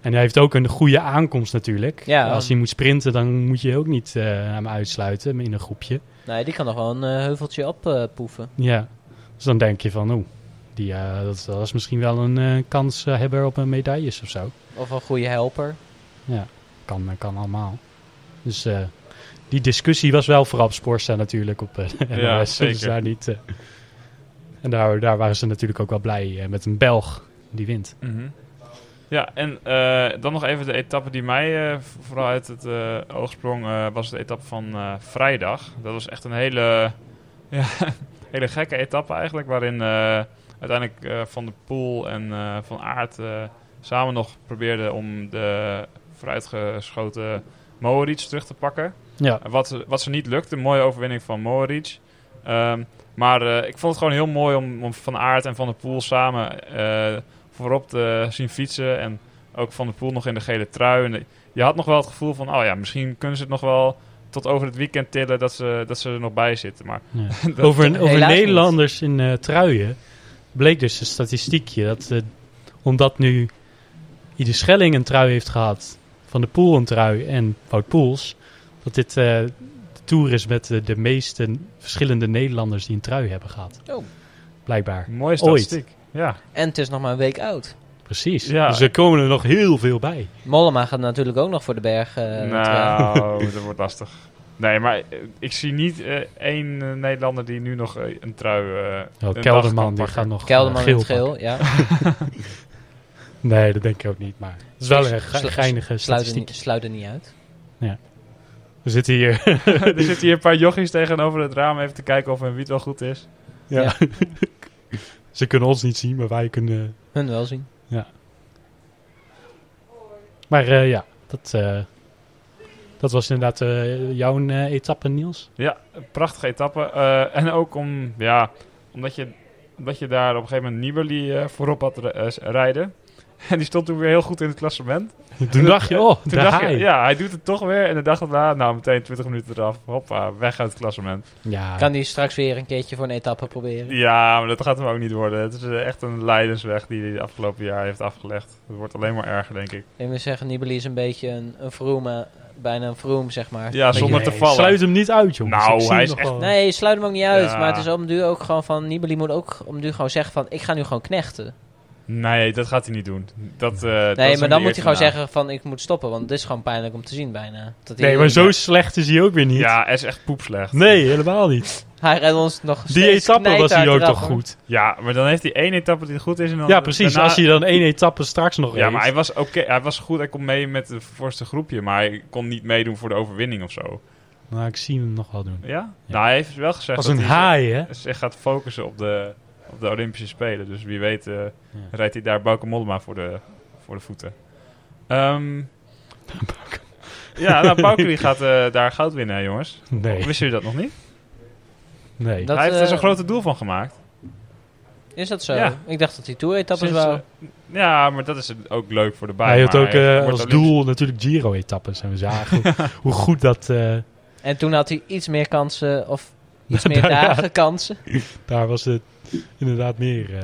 Speaker 2: En hij heeft ook een goede aankomst natuurlijk.
Speaker 3: Ja.
Speaker 2: als hij moet sprinten, dan moet je ook niet eh, hem uitsluiten in een groepje.
Speaker 3: Nee, die kan nog wel een eh, heuveltje oppoeven.
Speaker 2: Ja, dus dan denk je van, oeh, die, eh, dat, dat is misschien wel een eh, kanshebber op een medailles of zo.
Speaker 3: of een goede helper.
Speaker 2: Kan, eh, kan allemaal. Dus eh, die discussie was wel vooral op Sporza natuurlijk op eh, de (laughs)
Speaker 1: Ja,
Speaker 2: NOS. Dus
Speaker 1: zeker.
Speaker 2: daar niet, eh. en daar, daar waren ze natuurlijk ook wel blij eh, met een Belg die wint.
Speaker 1: Mhm. Ja, en eh, dan nog even de etappe die mij eh, v- vooral uit het eh, oog sprong, eh, was de etappe van eh, vrijdag. Dat was echt een hele, (laughs) ja, hele gekke etappe eigenlijk, waarin eh, uiteindelijk eh, Van der Poel en eh, Van Aert eh, samen nog probeerden om de vooruitgeschoten Mohoric terug te pakken.
Speaker 2: Ja,
Speaker 1: Wat, ze- wat ze niet lukte, een mooie overwinning van Mohoric. Ehm, maar eh, ik vond het gewoon heel mooi om, om Van Aert en Van der Poel samen eh, voorop te zien fietsen. En ook Van der Poel nog in de gele trui. En je had nog wel het gevoel van, oh ja, misschien kunnen ze het nog wel tot over het weekend tillen dat ze, dat ze er nog bij zitten. Maar
Speaker 2: ja.
Speaker 1: dat-
Speaker 2: over, over
Speaker 3: helaas
Speaker 2: Nederlanders in eh, truien bleek dus een statistiekje dat eh, omdat nu Ieder Schelling een trui heeft gehad, Van de Poel een trui en Wout Poels, dat dit eh, de tour is met eh, de meeste verschillende Nederlanders die een trui hebben gehad.
Speaker 3: Oh.
Speaker 2: Blijkbaar.
Speaker 1: mooie statistiek. Ja,
Speaker 3: En het is nog maar een week oud.
Speaker 2: Precies.
Speaker 1: Ja.
Speaker 2: Dus er komen er nog heel veel bij.
Speaker 3: Mollema gaat natuurlijk ook nog voor de berg. eh, terwijl-
Speaker 1: nou, (laughs) dat wordt lastig. Nee, maar eh, ik zie niet eh, één eh, Nederlander die nu nog eh, een trui... eh,
Speaker 2: Nou,
Speaker 1: een dag
Speaker 2: Kelderman
Speaker 1: kan
Speaker 2: die
Speaker 1: pakken.
Speaker 2: gaat nog eh,
Speaker 3: Kelderman in
Speaker 2: geel
Speaker 3: het geel,
Speaker 2: pakken.
Speaker 3: ja.
Speaker 2: Nee, dat denk ik ook niet. Maar het is wel een
Speaker 3: Slu-
Speaker 2: ge- geinige
Speaker 3: Sluit er,
Speaker 2: statistiek.
Speaker 3: niet, sluit er niet uit.
Speaker 2: We zitten hier
Speaker 1: (laughs) er zitten hier een paar jochies tegenover het raam even te kijken of hun wiet wel goed is.
Speaker 2: Ja.
Speaker 3: Ja.
Speaker 2: (laughs) Ze kunnen ons niet zien, maar wij kunnen.
Speaker 3: Hun wel zien.
Speaker 2: Maar eh, ja, dat, eh, dat was inderdaad eh, jouw eh, etappe, Niels.
Speaker 1: Ja, een prachtige etappe. Eh, en ook om, ja, omdat, je, omdat je daar op een gegeven moment Nibali eh, voorop had re- eh, s- rijden. (laughs) En die stond toen weer heel goed in het klassement.
Speaker 2: (laughs) Toen dacht je, oh,
Speaker 1: Toen
Speaker 2: daar
Speaker 1: dacht
Speaker 2: ga
Speaker 1: je,
Speaker 2: je.
Speaker 1: ja, hij doet het toch weer. En de dag daarna, nou meteen 20 minuten eraf. Hoppa, weg uit het klassement.
Speaker 2: Ja,
Speaker 3: Kan die straks weer een keertje voor een etappe proberen?
Speaker 1: Ja, maar dat gaat hem ook niet worden. Het is eh, echt een leidensweg die hij de afgelopen jaar heeft afgelegd. Het wordt alleen maar erger, denk ik.
Speaker 3: Ik moet zeggen, Nibali is een beetje een, een Vroome, bijna een vroom, zeg maar.
Speaker 1: Ja,
Speaker 3: Een
Speaker 1: zonder
Speaker 3: beetje-
Speaker 1: te vallen.
Speaker 2: Sluit hem niet uit, jongens.
Speaker 1: Nou,
Speaker 2: Ik zie
Speaker 1: hij
Speaker 2: hem
Speaker 1: is
Speaker 2: nog
Speaker 1: echt-
Speaker 2: wel.
Speaker 3: Nee, sluit hem ook niet uit.
Speaker 1: Ja.
Speaker 3: Maar het is om duur ook gewoon van... Nibali moet ook om duur gewoon zeggen van... Ik ga nu gewoon knechten.
Speaker 1: Nee, dat gaat hij niet doen. Dat, eh, dat is
Speaker 3: Nee,
Speaker 1: hem de
Speaker 3: maar dan moet
Speaker 1: eer
Speaker 3: hij gewoon
Speaker 1: te na.
Speaker 3: zeggen van... Ik moet stoppen, want het is gewoon pijnlijk om te zien bijna. Dat hij-
Speaker 2: Nee, maar zo slecht is hij ook weer niet.
Speaker 1: Ja, hij is echt poepslecht.
Speaker 2: Nee, helemaal niet.
Speaker 3: Hij rent ons nog
Speaker 2: Die
Speaker 3: steeds
Speaker 2: etappe was hij
Speaker 3: knijterhard
Speaker 2: ook
Speaker 3: eraf,
Speaker 2: toch
Speaker 3: hoor.
Speaker 2: goed.
Speaker 1: Ja, maar dan heeft hij één etappe die goed is. En dan
Speaker 2: Ja, precies.
Speaker 1: daarna-
Speaker 2: Als hij dan één etappe straks nog
Speaker 1: Ja,
Speaker 2: reed.
Speaker 1: maar hij was oké. Hij was goed. Hij kon mee met het voorste groepje. Maar hij kon niet meedoen voor de overwinning of zo.
Speaker 2: Nou, ik zie hem nog wel doen.
Speaker 1: Ja? Nou, hij heeft wel gezegd
Speaker 2: Als
Speaker 1: dat
Speaker 2: een
Speaker 1: hij
Speaker 2: haai, hè?
Speaker 1: zich gaat focussen op de, op de Olympische Spelen. Dus wie weet eh,
Speaker 2: Ja.
Speaker 1: rijdt hij daar Bauke Mollema voor de, voor de voeten. Ehm, ja, nou, Bauke die gaat eh, daar goud winnen, hè, jongens.
Speaker 2: Nee,
Speaker 1: Wisten jullie dat nog niet?
Speaker 2: nee.
Speaker 3: Dat,
Speaker 2: dus
Speaker 1: hij heeft dus er
Speaker 3: eh,
Speaker 1: zo'n grote doel van gemaakt.
Speaker 3: Is dat zo?
Speaker 1: Ja.
Speaker 3: Ik dacht dat die Tour-etappes
Speaker 1: Sinds,
Speaker 3: waren.
Speaker 1: eh, ja, maar dat is ook leuk voor de baan.
Speaker 2: Hij had ook eh, als
Speaker 1: Olympisch.
Speaker 2: doel natuurlijk Giro-etappes. En we
Speaker 1: (laughs)
Speaker 2: zagen hoe, hoe goed dat eh,
Speaker 3: En toen had hij iets meer kansen, of
Speaker 2: (laughs)
Speaker 3: iets meer
Speaker 2: Daar, ja.
Speaker 3: dagen kansen.
Speaker 2: daar was. Het inderdaad meer. eh,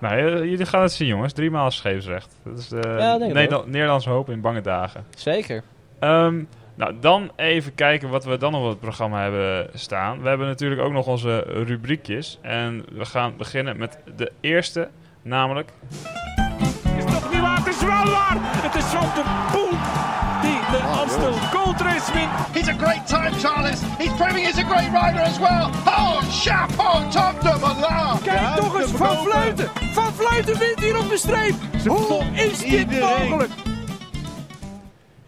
Speaker 1: Nou, eh, jullie gaan het zien, jongens. Drie maal scheepsrecht. Dat is de
Speaker 3: Ja, denk ik
Speaker 1: Nederla- Nederlandse hoop in bange dagen.
Speaker 3: Zeker.
Speaker 1: Ehm, nou, dan even kijken wat we dan nog op het programma hebben staan. We hebben natuurlijk ook nog onze rubriekjes. En we gaan beginnen met de eerste, namelijk...
Speaker 4: is toch niet waar? Het is wel waar! Het is van de Poel die de Amstel Gold Race wint.
Speaker 5: He's a great time, Charles. He's proving he's a great rider as well. Oh, chapeau, Tom de Malar.
Speaker 4: Kijk toch eens, Van Vleuten! Van Vleuten wint hier op de streep! Hoe is dit mogelijk?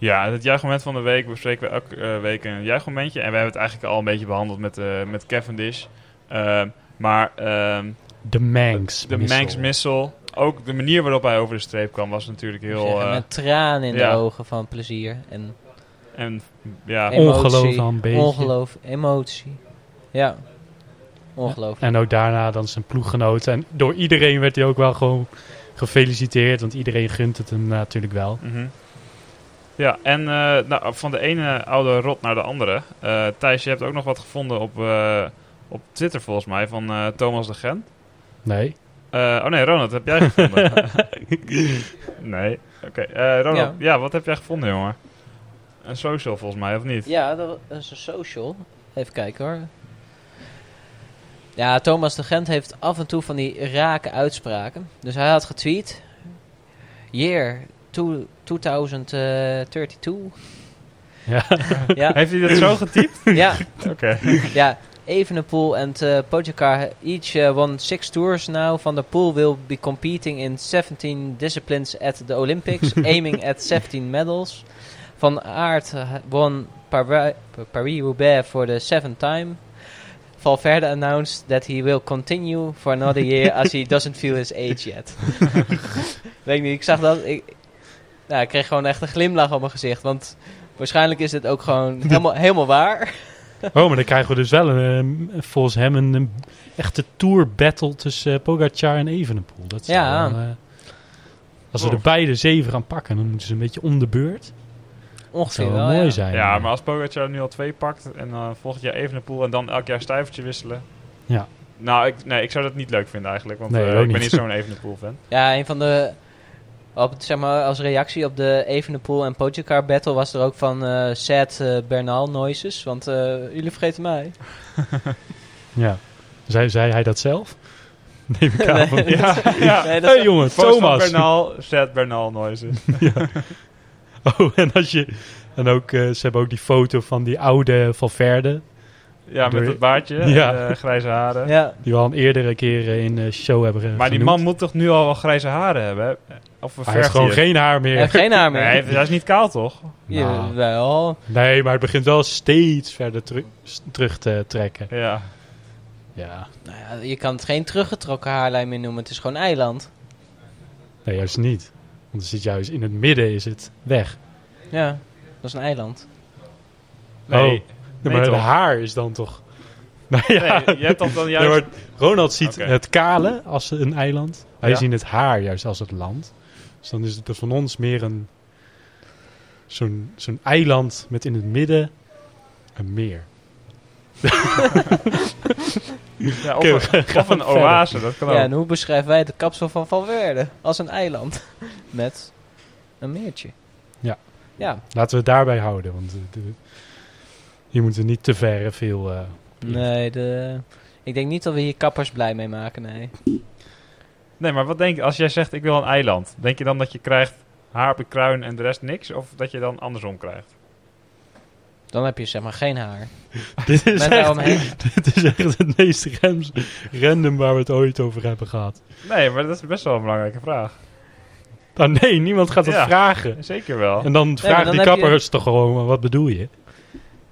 Speaker 1: Ja, het juichmoment van de week bespreken we elke eh, week een juichmomentje. En we hebben het eigenlijk al een beetje behandeld met, eh met Cavendish. Ehm, maar ehm,
Speaker 2: de Manx.
Speaker 1: de Manx Missile, ook de manier waarop hij over de streep kwam, was natuurlijk heel...
Speaker 3: Zeggen,
Speaker 1: eh,
Speaker 3: met tranen in
Speaker 1: ja.
Speaker 3: de ogen van plezier en
Speaker 1: en ja,
Speaker 3: Hey. emotie,
Speaker 2: Ongeloof aan een beetje.
Speaker 3: ongeloof, emotie. Ja, ongelooflijk.
Speaker 2: En ook daarna dan zijn ploeggenoot. En door iedereen werd hij ook wel gewoon gefeliciteerd. Want iedereen gunt het hem natuurlijk wel.
Speaker 1: Mhm. Ja, en eh, nou, van de ene oude rot naar de andere. Eh, Thijs, je hebt ook nog wat gevonden op, eh, op Twitter volgens mij van eh, Thomas de Gent.
Speaker 2: Nee.
Speaker 1: Eh, oh nee, Ronald, heb jij gevonden? nee. Oké, eh, Ronald, ja. wat heb jij gevonden, jongen? Een social volgens mij, of niet?
Speaker 3: Ja, dat is een social. Even kijken hoor. Ja, Thomas de Gent heeft af en toe van die rake uitspraken. Dus hij had getweet. Year two- 2032.
Speaker 2: Ja.
Speaker 3: Ja,
Speaker 1: Heeft hij dat zo getypt?
Speaker 3: ja,
Speaker 1: Oké.
Speaker 3: ja. Evenepoel en uh, Pogacar each eh, won six tours now. Van der Poel will be competing in 17 disciplines at the Olympics, aiming at 17 medals. Van Aert eh, won Parwa- Paris-Roubaix for the seventh time. Valverde announced that he will continue for another year as he doesn't feel his age yet. Weet ik niet, ik zag dat. Ik, nou, ik kreeg gewoon echt een glimlach op mijn gezicht, want waarschijnlijk is dit ook gewoon helemaal, helemaal waar.
Speaker 2: (laughs) Oh, maar dan krijgen we dus wel een, eh, volgens hem een, een echte tour battle tussen eh, Pogacar en Evenepoel. Dat zou
Speaker 3: Ja. Oh.
Speaker 2: wel, eh, als we er beide zeven gaan pakken, dan moeten ze een beetje om de beurt. Dat
Speaker 3: Ongeveer
Speaker 2: zou
Speaker 3: wel,
Speaker 2: wel mooi
Speaker 3: ja.
Speaker 2: zijn.
Speaker 1: Ja, maar als Pogacar nu al twee pakt en eh volgend jaar even een pool en dan elk jaar stuivertje wisselen.
Speaker 2: Ja.
Speaker 1: Nou, ik, nee, ik zou dat niet leuk vinden eigenlijk, want
Speaker 2: Nee,
Speaker 1: eh,
Speaker 2: ook
Speaker 1: ik ben
Speaker 2: niet.
Speaker 1: niet zo'n Evenepoel fan.
Speaker 3: Ja, een van de... Op, het- zeg maar, als reactie op de Evenepoel en Pogacar battle was er ook van eh sad eh, Bernal noises. Want eh, jullie vergeten mij.
Speaker 2: Ja. Zei, zei hij dat zelf? (laughs) Neem ik aan.
Speaker 3: (laughs) Nee.
Speaker 1: Ja, ja.
Speaker 3: (laughs) Nee, dat
Speaker 2: Hey jongen,
Speaker 1: Voorstel
Speaker 2: Thomas.
Speaker 1: Bernal, zet Bernal noises.
Speaker 2: (laughs) Oh, en als je. En ook, eh, ze hebben ook die foto van die oude Valverde.
Speaker 1: Ja, met
Speaker 2: Door-
Speaker 1: dat baardje
Speaker 2: (laughs) Ja.
Speaker 1: en eh, grijze haren.
Speaker 3: Ja,
Speaker 2: Die we al een eerdere keren in de show hebben eh,
Speaker 1: Maar die
Speaker 2: genoemd.
Speaker 1: man moet toch nu al wel grijze haren hebben? hè? Of
Speaker 2: Hij heeft gewoon geen haar
Speaker 3: hij
Speaker 2: meer.
Speaker 3: heeft geen naam
Speaker 1: Nee, hij,
Speaker 3: meer.
Speaker 1: heeft- hij is niet kaal, toch?
Speaker 2: Nou.
Speaker 3: Jawel.
Speaker 2: Nee, maar het begint wel steeds verder teru- s- terug te trekken.
Speaker 1: Ja.
Speaker 2: Ja,
Speaker 3: Nou ja, je kan het geen teruggetrokken haarlijn meer noemen. Het is gewoon eiland.
Speaker 2: nee, juist niet. Want dan zit juist in het midden is het weg.
Speaker 3: Ja, dat is een eiland.
Speaker 1: Nee.
Speaker 2: Oh, Nee, maar
Speaker 1: toch?
Speaker 2: de haar is dan toch... (laughs) Nou ja,
Speaker 1: Nee, je hebt dat
Speaker 2: (laughs)
Speaker 1: dan
Speaker 2: Nee,
Speaker 1: juist...
Speaker 2: maar Ronald ziet
Speaker 1: Oké.
Speaker 2: het kale als een eiland. Wij
Speaker 1: Ja.
Speaker 2: zien het haar juist als het land. Dus dan is het er van ons meer een... Zo'n zo'n eiland met in het midden een meer.
Speaker 1: Ja,
Speaker 2: Oké,
Speaker 1: of, een- of een
Speaker 2: verder.
Speaker 1: oase, dat kan
Speaker 3: Ja, en
Speaker 1: ook.
Speaker 3: hoe beschrijven wij de kapsel van Valverde? Als een eiland. (laughs) Met een meertje.
Speaker 2: Ja.
Speaker 3: Ja,
Speaker 2: Laten we het daarbij houden, want eh, de- hier moeten we niet te ver eh, veel... eh, (laughs)
Speaker 3: nee, de... Ik denk niet dat we hier kappers blij mee maken, nee.
Speaker 1: Nee, maar wat denk je, als jij zegt ik wil een eiland, denk je dan dat je krijgt haar op je kruin en de rest niks? Of dat je dan andersom krijgt?
Speaker 3: Dan heb je zeg maar geen haar.
Speaker 2: dit, is
Speaker 3: Met
Speaker 2: echt,
Speaker 3: daaromheen.
Speaker 2: (laughs) dit is echt het meest rems- random waar we het ooit over hebben gehad.
Speaker 1: Nee, maar dat is best wel een belangrijke vraag.
Speaker 2: Nou nee, niemand gaat het
Speaker 1: Ja.
Speaker 2: vragen.
Speaker 1: Zeker wel.
Speaker 2: En dan vraagt
Speaker 3: dan
Speaker 2: die
Speaker 3: heb je-
Speaker 2: kappers toch gewoon, wat bedoel je?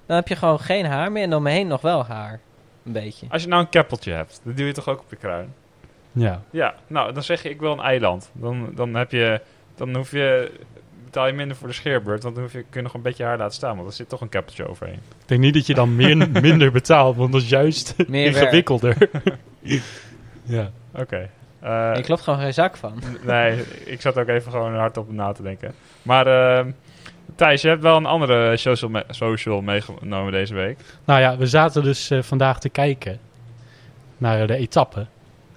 Speaker 3: Dan heb je gewoon geen haar meer en om me heen nog wel haar. Een beetje.
Speaker 1: Als je nou een keppeltje hebt, dat doe je toch ook op je kruin?
Speaker 2: Ja,
Speaker 1: Ja, nou, dan zeg je ik wil een eiland. Dan, dan heb je, dan hoef je, betaal je minder voor de scheerbeurt. Want dan hoef je, kun je nog een beetje haar laten staan. Want er zit toch een kappeltje overheen.
Speaker 2: ik denk niet dat je
Speaker 3: eh,
Speaker 2: dan meer, minder betaalt, want dat is juist
Speaker 3: Meer werk.
Speaker 2: ingewikkelder. ja.
Speaker 1: Oké, Oké. Eh,
Speaker 3: Ik klopt gewoon geen zak van.
Speaker 1: (laughs) nee, ik zat ook even gewoon hardop na te denken. Maar ehm, Thijs, je hebt wel een andere social, me- social meegenomen deze week.
Speaker 2: Nou ja, we zaten dus eh, vandaag te kijken naar eh, de etappen.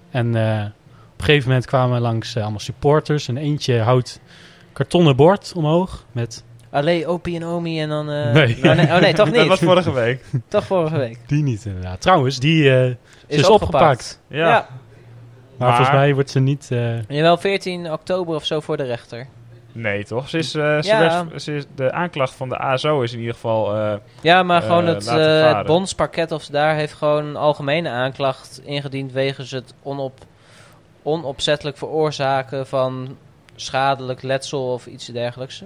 Speaker 2: En eh, op een gegeven moment kwamen we langs eh, allemaal supporters. En eentje houdt kartonnen bord omhoog met
Speaker 3: Allee, Opie en Omi en dan... eh,
Speaker 2: Nee.
Speaker 3: Oh, nee. oh nee, toch
Speaker 1: (laughs) (laughs) Dat was
Speaker 3: niet.
Speaker 1: vorige
Speaker 3: (laughs)
Speaker 1: week.
Speaker 3: Toch vorige week.
Speaker 2: die niet inderdaad. Trouwens, die eh,
Speaker 3: Is,
Speaker 2: is
Speaker 3: opgepakt.
Speaker 2: opgepakt.
Speaker 1: Ja.
Speaker 3: Ja.
Speaker 2: Maar,
Speaker 1: Maar-
Speaker 2: volgens mij wordt ze niet... eh,
Speaker 3: Jawel, 14 oktober of zo voor de rechter.
Speaker 1: Nee, toch? Ze is, eh, ze
Speaker 3: Ja.
Speaker 1: werd- ze is- de aanklacht van de ASO is in ieder geval... eh,
Speaker 3: Ja, maar
Speaker 1: Eh,
Speaker 3: gewoon het,
Speaker 1: laten
Speaker 3: eh,
Speaker 1: varen.
Speaker 3: het bondsparket of ze daar heeft gewoon een algemene aanklacht ingediend wegens het onop, onopzettelijk veroorzaken van schadelijk letsel of iets dergelijks.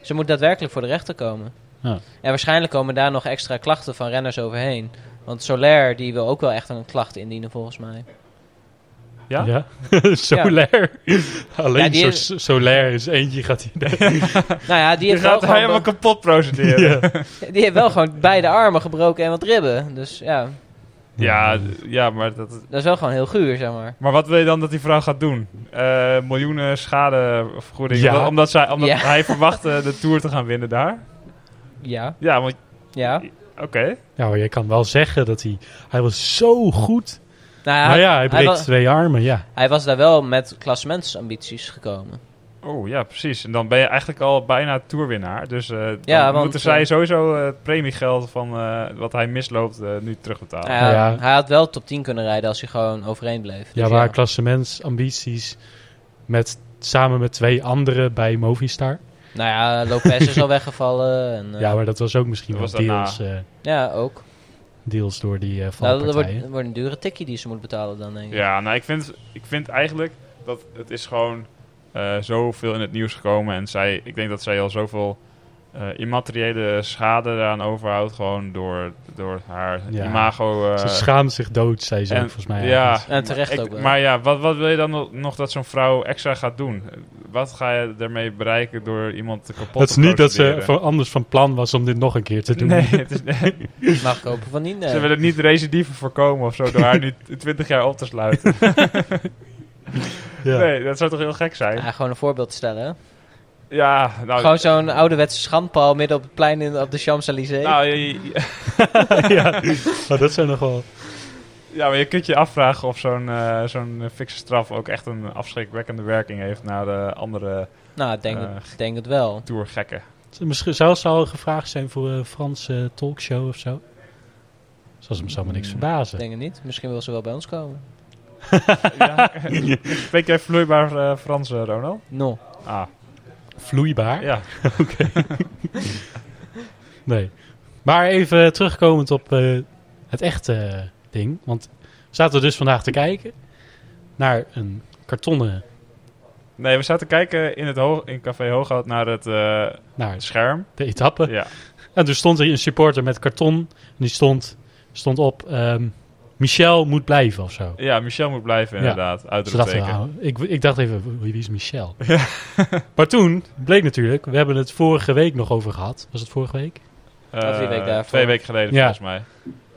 Speaker 3: Ze moet daadwerkelijk voor de rechter komen.
Speaker 2: Ja.
Speaker 3: En waarschijnlijk komen daar nog extra klachten van renners overheen. Want Soler die wil ook wel echt een klacht indienen volgens
Speaker 1: (laughs)
Speaker 3: mij.
Speaker 1: Ja?
Speaker 2: ja? (laughs) Solair. Alleen
Speaker 3: Ja, die
Speaker 2: zo-
Speaker 3: is-
Speaker 2: so- Solair is eentje gaat hij...
Speaker 3: Nou ja, die
Speaker 1: je
Speaker 3: heeft, wel
Speaker 1: gaat haar
Speaker 3: gewoon,
Speaker 1: helemaal kapot procederen.
Speaker 2: Ja.
Speaker 3: (laughs) be- die heeft wel gewoon beide armen gebroken en wat ribben. Dus ja,
Speaker 1: Ja, ja maar, dat,
Speaker 3: dat is wel gewoon heel guur, zeg maar.
Speaker 1: maar wat wil je dan dat die vrouw gaat doen? Eh, miljoenen schadevergoeding.
Speaker 2: Ja.
Speaker 1: Omdat, omdat zij, omdat
Speaker 3: Ja.
Speaker 1: hij verwachtte de Tour te
Speaker 3: (laughs)
Speaker 1: gaan winnen daar.
Speaker 3: Ja,
Speaker 1: Ja, want...
Speaker 3: ja.
Speaker 1: Oké.
Speaker 2: Ja, maar Nou, je kan wel zeggen dat hij... Hij was zo goed.
Speaker 3: Nou ja,
Speaker 2: nou ja, hij breekt
Speaker 3: wa- Dus
Speaker 2: twee armen, ja.
Speaker 3: Hij was daar wel met klassementsambities gekomen.
Speaker 1: Oh ja, precies. En dan ben je eigenlijk al bijna toerwinnaar. Dus eh dan
Speaker 3: Ja, want,
Speaker 1: moeten zij
Speaker 3: eh,
Speaker 1: sowieso eh, het premiegeld van eh, wat hij misloopt eh, nu terugbetalen.
Speaker 3: Nou ja,
Speaker 2: Ja.
Speaker 3: Hij had wel top 10 kunnen rijden als hij gewoon overeen bleef. Dus
Speaker 2: Ja, waar klassementsambities met, samen met twee anderen bij Movistar.
Speaker 3: Nou ja, Lopez
Speaker 2: (laughs)
Speaker 3: is al weggevallen. En, eh,
Speaker 2: Ja, maar dat was ook misschien wel
Speaker 1: Dat was
Speaker 2: deels, eh,
Speaker 3: ja, ook.
Speaker 2: deels door die eh
Speaker 3: Nou,
Speaker 2: valpartijen.
Speaker 3: dat wordt, wordt een dure tikkie die ze moet betalen dan, denk ik.
Speaker 1: Ja, nou ik vind, ik vind eigenlijk dat het is gewoon eh zoveel in het nieuws gekomen. En zij, ik denk dat zij al zoveel eh, immateriële schade eraan overhoudt. Gewoon door, door haar
Speaker 2: Ja.
Speaker 1: imago. eh,
Speaker 2: Ze schaamt zich dood, zei ze ook
Speaker 1: en-
Speaker 2: volgens mij.
Speaker 1: Ja,
Speaker 2: ergens.
Speaker 3: En terecht
Speaker 1: ik-
Speaker 3: ook wel.
Speaker 1: Maar ja, wat, wat wil je dan nog- nog dat zo'n vrouw extra gaat doen? Wat ga je ermee bereiken door iemand te kapot
Speaker 2: Het is
Speaker 1: te
Speaker 2: niet dat ze
Speaker 1: procederen?
Speaker 2: voor anders van plan was om dit nog een keer te
Speaker 1: (laughs)
Speaker 2: doen.
Speaker 1: Nee, het is, nee.
Speaker 3: (laughs) Mag ik hopen van niet, nee.
Speaker 1: Ze willen niet recidieven voorkomen of zo door haar nu (laughs) 20 jaar op te sluiten.
Speaker 2: (laughs) Ja.
Speaker 1: Nee, dat zou toch heel gek zijn?
Speaker 3: Ja, gewoon een voorbeeld stellen. hè.
Speaker 1: Ja, nou,
Speaker 3: gewoon zo'n ouderwetse schandpaal midden op het plein in, op de Champs-Élysées.
Speaker 1: nou, je- je- (laughs)
Speaker 2: ja. Maar dat zijn nog wel...
Speaker 1: ja, maar je kunt je afvragen of zo'n eh, zo'n fikse straf ook echt een afschrikwekkende werking heeft naar de andere
Speaker 3: Nou, ik denk,
Speaker 1: Eh,
Speaker 3: het, ik denk het wel.
Speaker 1: tourgekken.
Speaker 2: Misschien zelfs zou er gevraagd zijn voor een Franse eh, talkshow of zo. Zoals hem zou me niks
Speaker 3: Hmm. Ik
Speaker 2: verbazen.
Speaker 3: denk het niet. Misschien wil ze wel bij ons komen.
Speaker 1: ja. Spreek jij vloeibaar eh, Frans, eh, Ronald?
Speaker 3: No.
Speaker 1: Ah,
Speaker 2: Vloeibaar.
Speaker 1: ja.
Speaker 2: Nee. Maar even terugkomend op eh, het echte ding. Want we zaten dus vandaag te kijken naar een kartonnen...
Speaker 1: Nee, we zaten kijken in, het hoog, in Café Hooghout naar het eh,
Speaker 2: naar (laughs)
Speaker 1: scherm.
Speaker 2: de etappe.
Speaker 1: Ja.
Speaker 2: En toen stond er een supporter met karton. En die stond, stond op... ehm, Michel moet blijven of zo.
Speaker 1: ja, Michel moet blijven
Speaker 2: Ja.
Speaker 1: inderdaad,
Speaker 2: Dus we dachten,
Speaker 1: uitroepteken.
Speaker 2: nou, ik, ik dacht even, wie wie is
Speaker 1: (laughs)
Speaker 2: Michel? maar toen bleek natuurlijk... We hebben het vorige week nog over gehad. Was het vorige week?
Speaker 1: Eh,
Speaker 3: die week daarvoor.
Speaker 1: Twee weken geleden
Speaker 2: Ja.
Speaker 1: volgens mij.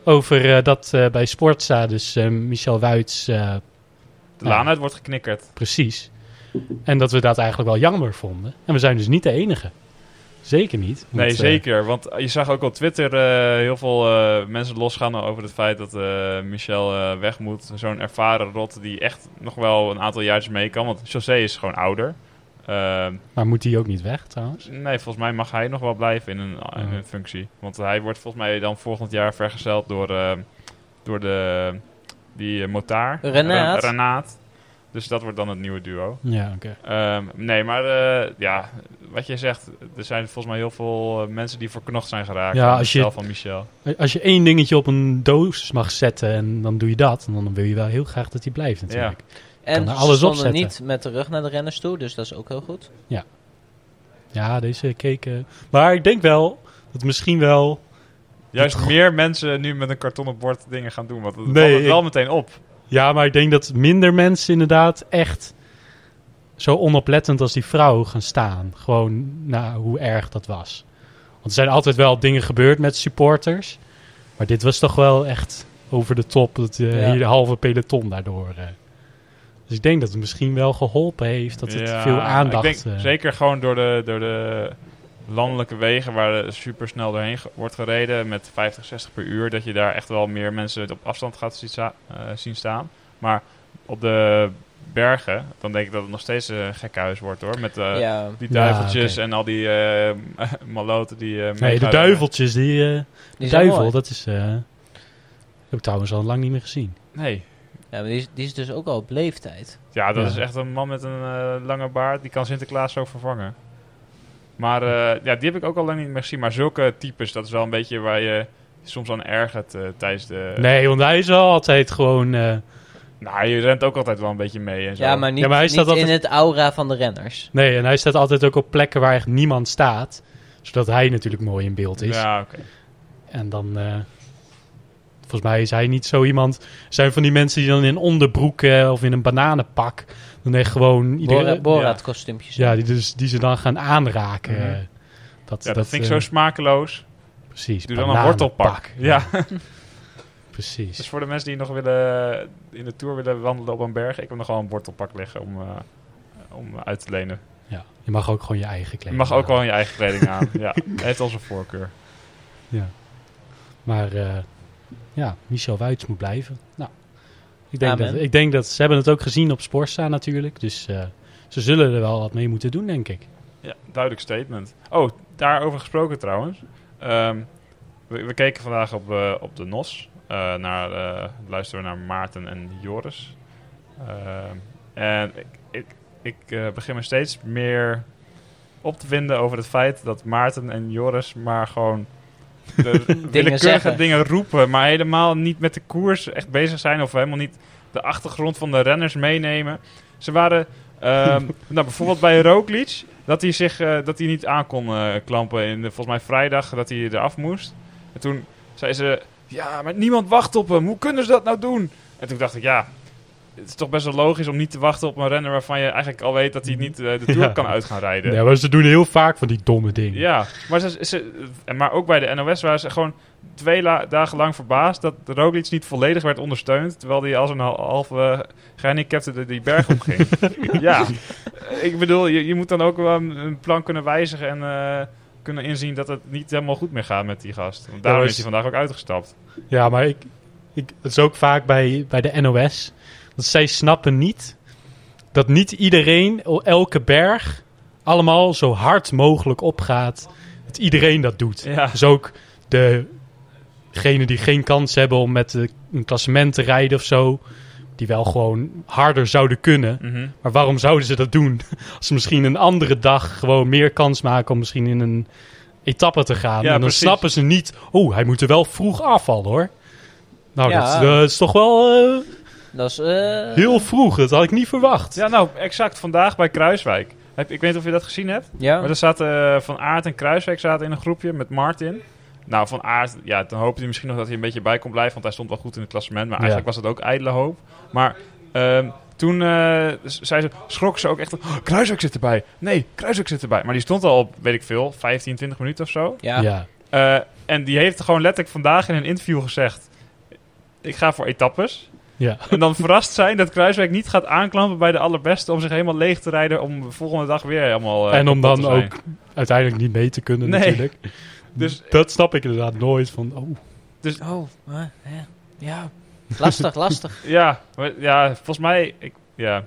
Speaker 2: Over eh, dat eh, bij Sportza dus eh, Michel Wuits... eh,
Speaker 1: De
Speaker 2: Ja.
Speaker 1: laan uit wordt geknikkerd.
Speaker 2: Precies. En dat we dat eigenlijk wel jammer vonden. En we zijn dus niet de enige. Zeker niet. Want,
Speaker 1: Nee,
Speaker 2: eh,
Speaker 1: zeker. Want je zag ook op Twitter eh, heel veel eh, mensen losgaan over het feit dat eh, Michel eh, weg moet. Zo'n ervaren rot die echt nog wel een aantal jaartjes mee kan. Want José is gewoon ouder. Ehm,
Speaker 2: maar moet die ook niet weg trouwens?
Speaker 1: nee, volgens mij mag hij nog wel blijven in een, in een functie. Want hij wordt volgens mij dan volgend jaar vergezeld door, ehm, door de, die eh, motaar.
Speaker 3: Renaat.
Speaker 1: Ren- Renaat. Dus dat wordt dan het nieuwe duo.
Speaker 2: Ja, oké.
Speaker 1: Ehm, nee, maar eh, ja, wat jij zegt, er zijn volgens mij heel veel eh, mensen die verknocht zijn geraakt.
Speaker 2: Ja,
Speaker 1: aan
Speaker 2: als
Speaker 1: het spel
Speaker 2: je-
Speaker 1: van Michel.
Speaker 2: Als je één dingetje op een doos mag zetten en dan doe je dat, dan wil je wel heel graag dat die blijft natuurlijk.
Speaker 3: En
Speaker 2: er
Speaker 3: ze
Speaker 2: alles
Speaker 3: stonden
Speaker 2: opzetten.
Speaker 3: niet met de rug naar de renners toe, dus dat is ook heel goed.
Speaker 2: Ja, deze keken. maar ik denk wel dat misschien wel.
Speaker 1: Juist meer mensen nu met een kartonnen bord dingen gaan doen, want dat
Speaker 2: Nee,
Speaker 1: valt het wel
Speaker 2: ik-
Speaker 1: meteen op.
Speaker 2: Ja, maar ik denk dat minder mensen inderdaad echt zo onoplettend als die vrouw gaan staan. Gewoon nou, hoe erg dat was. Want er zijn altijd wel dingen gebeurd met supporters. Maar dit was toch wel echt over de top. Dat eh,
Speaker 3: Ja.
Speaker 2: hier de halve peloton daardoor. eh. Dus ik denk dat het misschien wel geholpen heeft dat het
Speaker 1: Ja,
Speaker 2: veel aandacht...
Speaker 1: Ik denk,
Speaker 2: eh,
Speaker 1: zeker gewoon door de, door de landelijke wegen waar er super snel doorheen ge- wordt gereden met 50, 60 per uur. Dat je daar echt wel meer mensen op afstand gaat zien, sta- eh, zien staan. Maar op de bergen, dan denk ik dat het nog steeds een gek huis wordt hoor. Met eh,
Speaker 3: ja.
Speaker 1: die
Speaker 2: Ja,
Speaker 1: duiveltjes
Speaker 2: oké.
Speaker 1: en al die eh, (laughs) maloten die... eh,
Speaker 2: nee, de
Speaker 1: meegaan.
Speaker 2: duiveltjes, die... eh,
Speaker 3: Die zijn
Speaker 2: duivel,
Speaker 3: mooi.
Speaker 2: dat is... eh, heb ik trouwens al lang niet meer gezien.
Speaker 1: Nee.
Speaker 3: Ja, maar die is, die is dus ook al op leeftijd.
Speaker 1: Ja, dat
Speaker 2: Ja.
Speaker 1: is echt een man met een eh, lange baard. Die kan Sinterklaas zo vervangen. Maar eh, ja, die heb ik ook al lang niet meer gezien. Maar zulke types, dat is wel een beetje waar je soms aan ergert eh, tijdens de...
Speaker 2: nee, want hij is wel altijd gewoon... eh,
Speaker 1: Nou, je rent ook altijd wel een beetje mee en zo.
Speaker 3: Ja, maar niet,
Speaker 2: Ja, maar hij
Speaker 3: niet
Speaker 2: staat
Speaker 3: in
Speaker 2: altijd-
Speaker 3: het aura van de renners.
Speaker 2: nee, en hij staat altijd ook op plekken waar echt niemand staat. Zodat hij natuurlijk mooi in beeld is.
Speaker 1: Ja, oké.
Speaker 2: En dan... eh, volgens mij is hij niet zo iemand... Zijn van die mensen die dan in onderbroeken of in een bananenpak... Dan echt gewoon... iedereen-
Speaker 3: Bora, Borat kostuumpjes.
Speaker 2: Ja, die, dus, die ze dan gaan aanraken.
Speaker 1: Mhm.
Speaker 2: eh, dat,
Speaker 1: Ja, dat vind ik
Speaker 2: eh,
Speaker 1: zo smakeloos.
Speaker 2: Precies.
Speaker 1: Doe dan een
Speaker 2: bananenpak.
Speaker 1: wortelpak. Ja, (laughs) dus
Speaker 2: Precies.
Speaker 1: voor de mensen die nog willen in de Tour willen wandelen op een berg... Ik heb nog wel een wortelpak liggen om, eh, om uit te lenen.
Speaker 2: Ja. Je mag ook gewoon je eigen
Speaker 1: Je
Speaker 2: kleding.
Speaker 1: mag ook
Speaker 2: aan.
Speaker 1: wel in je eigen kleding aan. Ja, heeft al zijn voorkeur.
Speaker 2: Maar eh, ja, Michel Wuits moet blijven. Nou, ik denk,
Speaker 3: Amen.
Speaker 2: dat, ik denk dat ze hebben het ook gezien op Sportsta natuurlijk. Dus eh, ze zullen er wel wat mee moeten doen, denk ik.
Speaker 1: Ja, duidelijk statement. Oh, daarover gesproken trouwens. Ehm, we, we keken vandaag op, eh, op de NOS. eh, naar, eh, luisteren naar Maarten en Joris. Ehm, en ik, ik, ik eh, begin me steeds meer op te vinden over het feit dat Maarten en Joris maar gewoon de willekeurige
Speaker 3: zeggen.
Speaker 1: dingen roepen, maar helemaal niet met de koers echt bezig zijn of helemaal niet de achtergrond van de renners meenemen. Ze waren ehm, nou, bijvoorbeeld bij Roglic, dat hij zich eh, dat hij niet aan kon eh, klampen. In, de- volgens mij vrijdag dat hij eraf moest. En toen zei ze, ja, maar niemand wacht op hem. Hoe kunnen ze dat nou doen? En toen dacht ik, ja, het is toch best wel logisch om niet te wachten op een renner waarvan je eigenlijk al weet dat hij niet eh, de Tour
Speaker 2: Ja.
Speaker 1: kan uit gaan rijden.
Speaker 2: Ja, maar ze doen heel vaak van die domme dingen.
Speaker 1: Ja, maar, ze, ze- en maar ook bij de NOS waren ze gewoon twee la- dagen lang verbaasd dat Roglic niet volledig werd ondersteund, terwijl hij als een hal- halve eh, gehandicapte de- die berg op
Speaker 2: (laughs)
Speaker 1: ging. ja, ik bedoel, je, je moet dan ook wel een, een plan kunnen wijzigen en eh, kunnen inzien dat het niet helemaal goed meer gaat met die gast. Want daarom
Speaker 2: maar
Speaker 1: is
Speaker 2: is-
Speaker 1: hij vandaag ook uitgestapt.
Speaker 2: Ja, maar ik, ik, het is ook vaak bij, bij de NOS. Dat zij snappen niet dat niet iedereen, o- elke berg, allemaal zo hard mogelijk opgaat. Dat iedereen dat doet.
Speaker 1: Ja.
Speaker 2: Dus ook de- degenen die geen kans hebben om met eh, een klassement te rijden of zo. Die wel gewoon harder zouden kunnen.
Speaker 1: Mhm.
Speaker 2: Maar waarom zouden ze dat doen? (laughs) Als ze misschien een andere dag gewoon meer kans maken om misschien in een etappe te gaan.
Speaker 1: Ja,
Speaker 2: en dan
Speaker 1: precies.
Speaker 2: snappen ze niet, oh, hij moet er wel vroeg afvallen hoor. Nou,
Speaker 3: Ja.
Speaker 2: dat, is- dat is toch wel eh,
Speaker 3: Dat is... eh,
Speaker 2: heel vroeg. Dat had ik niet verwacht.
Speaker 1: Ja, nou, exact vandaag bij Kruiswijk. Heb, ik weet niet of je dat gezien hebt.
Speaker 3: Ja.
Speaker 1: Maar er zaten eh, Van Aert en Kruiswijk zaten in een groepje met Martin. Nou, Van Aert, ja, dan hoopte hij misschien nog dat hij een beetje bij kon blijven. Want hij stond wel goed in het klassement. Maar
Speaker 2: Ja.
Speaker 1: eigenlijk was dat ook ijdele hoop. Maar ehm, toen eh, s- zei ze, schrok ze ook echt. "Oh, Kruiswijk zit erbij. Nee, Kruiswijk zit erbij. Maar die stond al op, weet ik veel, 15, 20 minuten of zo.
Speaker 3: ja.
Speaker 2: Ja.
Speaker 1: Eh, en die heeft gewoon letterlijk vandaag in een interview gezegd... Ik ga voor etappes.
Speaker 2: Ja.
Speaker 1: En dan verrast zijn dat Kruiswijk niet gaat aanklampen bij de allerbeste... om zich helemaal leeg te rijden om de volgende dag weer helemaal... eh,
Speaker 2: en om
Speaker 1: kapot te
Speaker 2: dan
Speaker 1: zijn.
Speaker 2: ook uiteindelijk niet mee te kunnen
Speaker 1: Nee.
Speaker 2: natuurlijk.
Speaker 1: Dus-
Speaker 2: Dus dat snap ik inderdaad nooit van, oh,
Speaker 3: Oh, maar, hè.
Speaker 2: (laughs)
Speaker 3: ja. Lastig, lastig.
Speaker 1: Ja, maar- ja volgens mij... Ik, ja.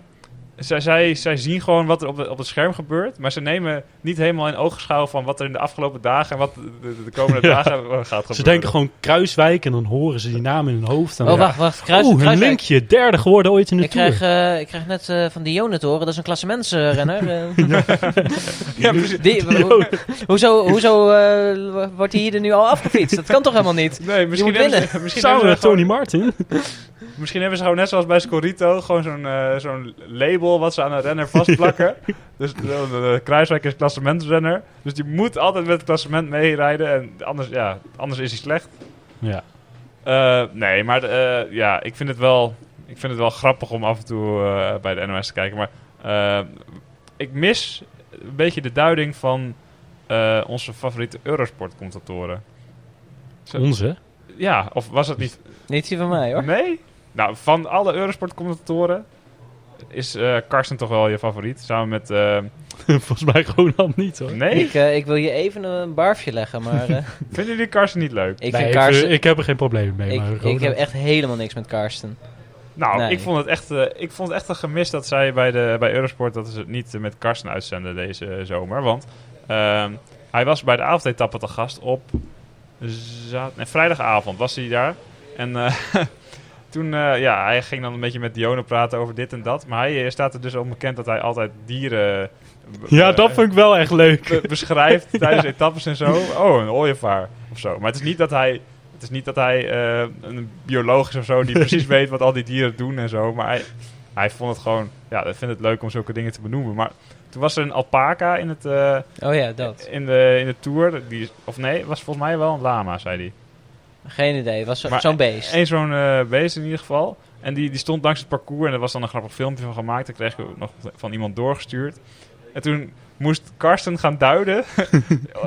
Speaker 1: Zij, zij, zij zien gewoon wat er op, de- op het scherm gebeurt... maar ze nemen niet helemaal in oogschouw van wat er in de afgelopen dagen... en wat de, de- de komende
Speaker 2: (laughs) Ja.
Speaker 1: dagen eh, gaat gebeuren.
Speaker 2: ze denken gewoon Kruiswijk en dan horen ze die naam in hun hoofd. En
Speaker 3: Oh,
Speaker 2: dan-
Speaker 3: wacht, wacht. Kruis,
Speaker 2: Oeh, een
Speaker 3: Kruiswijk.
Speaker 2: linkje, derde geworden ooit in de
Speaker 3: Ik
Speaker 2: Tour.
Speaker 3: krijg, eh, ik krijg net eh, van Dionne te horen, dat is een
Speaker 2: (laughs)
Speaker 3: klassementsrenner. (laughs) Eh,
Speaker 1: Ja, precies.
Speaker 3: die- ho- hoezo hoezo eh, wordt hij hier er nu al afgefietst? Dat kan toch helemaal niet?
Speaker 1: Nee, misschien
Speaker 3: moet
Speaker 1: hebben, ze, misschien,
Speaker 2: Samen
Speaker 1: hebben
Speaker 2: met
Speaker 1: ze gewoon,
Speaker 2: Tony Martin. (laughs)
Speaker 1: misschien hebben ze gewoon net zoals bij Scorito... gewoon zo'n eh, zo'n label wat ze aan een renner vastplakken. Dus eh, eh, Kruiswijk is klassementsrenner. Dus die moet altijd met het klassement meerijden. En anders, ja, anders is hij slecht.
Speaker 2: Ja.
Speaker 1: Eh, nee, maar eh, ja, ik vind, het wel, ik vind het wel grappig om af en toe eh, bij de NOS te kijken. Maar eh, ik mis een beetje de duiding van eh, onze favoriete Eurosport-commentatoren. Zo.
Speaker 2: Onze.
Speaker 1: Ja, of was het niet?
Speaker 3: Niet die van mij hoor.
Speaker 1: Nee? Nou, van alle Eurosport-commentatoren is eh, Karsten toch wel je favoriet? Samen met... eh,
Speaker 2: (laughs) Volgens mij Ronald niet hoor.
Speaker 1: nee?
Speaker 3: Ik, eh, ik wil je even een barfje leggen, maar eh,
Speaker 1: Vinden jullie Karsten niet leuk?
Speaker 3: ik
Speaker 2: Nee,
Speaker 3: vind
Speaker 2: ik,
Speaker 3: Karsten...
Speaker 2: eh, ik heb er geen probleem mee.
Speaker 3: Ik,
Speaker 2: maar
Speaker 3: ik
Speaker 2: Ronald-
Speaker 3: heb echt helemaal niks met Karsten.
Speaker 1: Nou,
Speaker 3: Nee.
Speaker 1: ik, vond het echt, eh, ik vond het echt een gemis dat zij bij, de, bij Eurosport dat ze het niet eh, met Karsten uitzenden deze eh, zomer. Want ehm, hij was bij de avondetappe te gast op za- nee, vrijdagavond was hij daar. En eh, (laughs) toen, eh, ja, hij ging dan een beetje met Dione praten over dit en dat. Maar hij eh, staat er dus onbekend dat hij altijd dieren... eh,
Speaker 2: Ja,
Speaker 1: eh,
Speaker 2: dat vond ik wel echt leuk.
Speaker 1: be- beschrijft tijdens etappes en zo. Oh, een ooievaar of zo. Maar het is niet dat hij, het is niet dat hij eh, een bioloog is of zo die precies weet wat al die dieren doen en zo. Maar hij, hij vond het gewoon, ja, hij vindt het leuk om zulke dingen te benoemen. Maar toen was er een alpaca in, het, eh,
Speaker 3: Oh ja, dat.
Speaker 1: in, de, in de tour. Die, is- of nee, was volgens mij wel een lama, zei hij.
Speaker 3: eh, Geen idee. Was zo-
Speaker 1: Maar-
Speaker 3: zo'n beest.
Speaker 1: Eén zo'n eh, beest in ieder geval. En die, die stond langs het parcours en er was dan een grappig filmpje van gemaakt. Daar kreeg ik ook nog van iemand doorgestuurd. En toen moest Karsten gaan duiden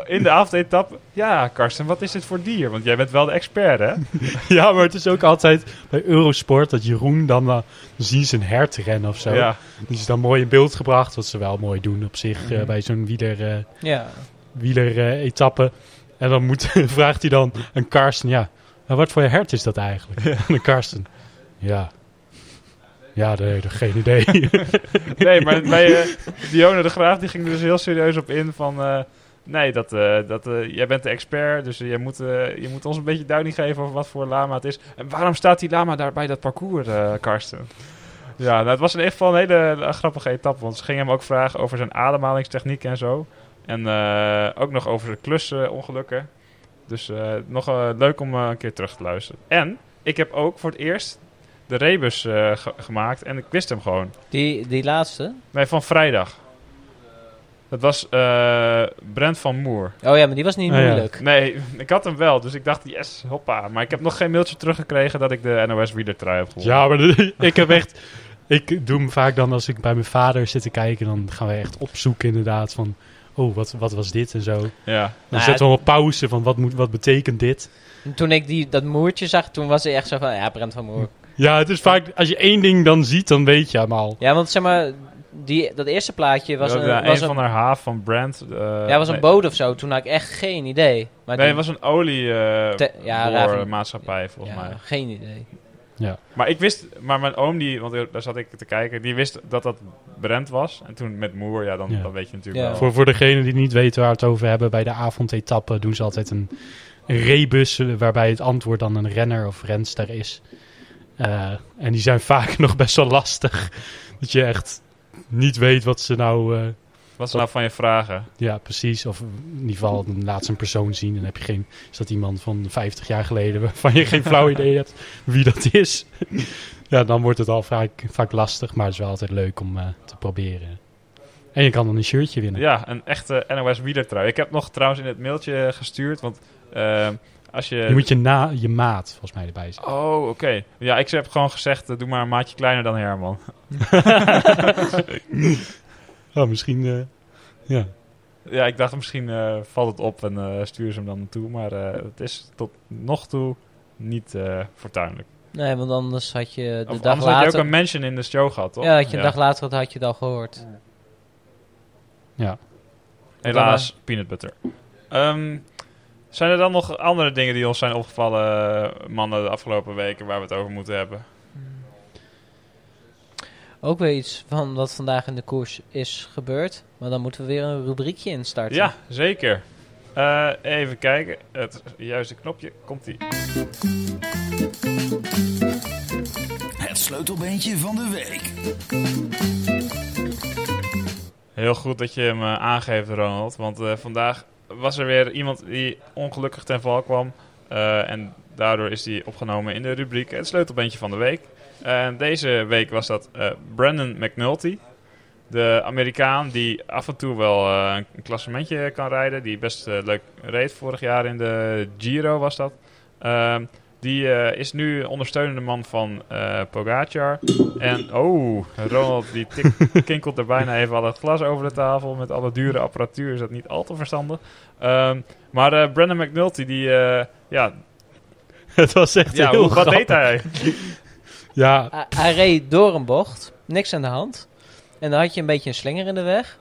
Speaker 1: in de avondetap. Ja, Karsten, wat is dit voor dier? Want jij bent wel de expert, hè?
Speaker 2: (laughs) Ja, maar het is ook altijd bij Eurosport dat Jeroen dan, eh, dan zien ze een hert rennen of zo.
Speaker 1: Ja,
Speaker 2: Die is dan mooi in beeld gebracht, wat ze wel mooi doen op zich eh, bij zo'n wieler, eh,
Speaker 3: Ja.
Speaker 2: wieler eh, etappe. En dan moet, (laughs) vraagt hij dan aan Karsten, ja, maar wat voor hert is dat eigenlijk? En dan Karsten, ja, ja, nee, dat- geen (laughs) idee.
Speaker 1: (laughs) nee, maar bij eh, Dione de Graaf die ging er dus heel serieus op in van... eh, nee, dat, eh, dat, eh, jij bent de expert, dus eh, jij moet, eh, je moet ons een beetje duiding geven over wat voor lama het is. En waarom staat die lama daar bij dat parcours, eh, Karsten? Ja, nou, het was in ieder geval een hele eh, grappige etappe, want ze gingen hem ook vragen over zijn ademhalingstechniek en zo. En eh, ook nog over de klusongelukken. Dus eh, nog eh, leuk om eh, een keer terug te luisteren. En ik heb ook voor het eerst de rebus eh, ge- gemaakt en ik wist hem gewoon.
Speaker 3: Die, die laatste?
Speaker 1: Nee, van vrijdag. Dat was eh Brent van Moer.
Speaker 3: Oh ja, maar die was niet
Speaker 2: Oh ja.
Speaker 3: moeilijk.
Speaker 1: Nee, (laughs) ik had hem wel, dus ik dacht, yes, hoppa. Maar ik heb nog geen mailtje teruggekregen dat ik de NOS wielertrui heb gewonnen.
Speaker 2: ja, maar (laughs) ik heb echt, ik doe hem vaak dan als ik bij mijn vader zit te kijken, dan gaan we echt opzoeken inderdaad van, oh, wat, wat was dit en zo.
Speaker 1: Ja.
Speaker 2: Dan
Speaker 3: Nou,
Speaker 2: zetten we op pauze van wat, moet, wat betekent dit?
Speaker 3: Toen ik die, dat moertje zag, toen was hij echt zo van... Ja, Brent van Moer.
Speaker 2: Ja, het is vaak, als je één ding dan ziet, dan weet je hem al.
Speaker 3: Ja, want zeg maar... Die, dat eerste plaatje was
Speaker 1: Was
Speaker 3: een,
Speaker 1: een,
Speaker 3: was een,
Speaker 1: van haar haaf van Brent. eh,
Speaker 3: ja, was een
Speaker 1: nee.
Speaker 3: boot of zo. Toen had ik echt geen idee. Maar
Speaker 1: Nee,
Speaker 3: toen-
Speaker 1: het was een olie eh
Speaker 3: Te- ja, raar
Speaker 1: voor
Speaker 3: vind-
Speaker 1: maatschappij volgens
Speaker 3: ja,
Speaker 1: mij.
Speaker 3: geen idee.
Speaker 1: Maar ik wist, maar mijn oom, die, want er- daar zat ik te kijken, die wist dat dat Brent was. En toen met Moer, ja, dan,
Speaker 2: Ja.
Speaker 1: dan weet je natuurlijk
Speaker 3: Ja.
Speaker 1: wel.
Speaker 2: Voor, voor degenen die niet weten waar we het over hebben, bij de avondetappen doen ze altijd een, een rebus eh, waarbij het antwoord dan een renner of renster is. Eh, en die zijn (laughs) vaak nog best wel lastig. Dat je echt niet weet wat ze nou. eh,
Speaker 1: Wat is nou van je vragen?
Speaker 2: ja, precies. Of in ieder geval dan laat ze een persoon zien. Dan heb je geen. Is dat iemand van 50 jaar geleden (laughs) waarvan je geen flauw idee hebt wie dat is? (laughs) ja, dan wordt het al vaak, vaak lastig. Maar het is wel altijd leuk om eh, te proberen. En je kan dan een shirtje winnen.
Speaker 1: Ja, een echte NOS wielertrui. Ik heb nog trouwens in het mailtje gestuurd, want ehm, als je...
Speaker 2: Je moet je, na, je maat volgens mij erbij zetten.
Speaker 1: Oh, oké. Ja, ik heb gewoon gezegd, eh, doe maar een maatje kleiner dan Herman. (laughs)
Speaker 2: Oh, misschien. eh, ja. (laughs)
Speaker 1: Ja, ik dacht misschien eh, valt het op en eh stuur ze hem dan naartoe. Maar eh, het is tot nog toe niet eh fortuinlijk.
Speaker 3: Nee, want anders had je de
Speaker 1: Of
Speaker 3: dag
Speaker 1: anders had je
Speaker 3: later...
Speaker 1: ook een mention in de show gehad, toch?
Speaker 3: ja, had je een dag later dat had je het al gehoord.
Speaker 1: Helaas, peanut butter. Ehm, zijn er dan nog andere dingen die ons zijn opgevallen, eh, mannen, de afgelopen weken waar we het over moeten hebben?
Speaker 3: Ook weer iets van wat vandaag in de koers is gebeurd. Maar dan moeten we weer een rubriekje instarten.
Speaker 1: Ja, zeker. Eh, even kijken. Het juiste knopje. Komt-ie.
Speaker 6: Het sleutelbeentje van de week.
Speaker 1: Heel goed dat je hem eh, aangeeft, Ronald. Want eh, vandaag was er weer iemand die ongelukkig ten val kwam. Eh, en daardoor is hij opgenomen in de rubriek Het Sleutelbeentje van de Week. En deze week was dat eh, Brandon McNulty. De Amerikaan die af en toe wel eh, een klassementje kan rijden. Die best eh, leuk reed vorig jaar in de Giro was dat. Ehm, die eh, is nu ondersteunende man van eh Pogacar. En oh, Ronald die tikt
Speaker 2: (laughs)
Speaker 1: kinkelt er bijna even al het glas over de tafel. Met alle dure apparatuur is dat niet al te verstandig. Ehm, maar eh, Brandon McNulty, die... eh, ja,
Speaker 2: Het was echt
Speaker 1: ja
Speaker 2: heel
Speaker 1: hoe- wat
Speaker 2: (laughs) grappig.
Speaker 1: deed hij?
Speaker 2: Ja,
Speaker 3: Hij- Hij reed door een bocht, niks aan de hand. En dan had je een beetje een slinger in de weg.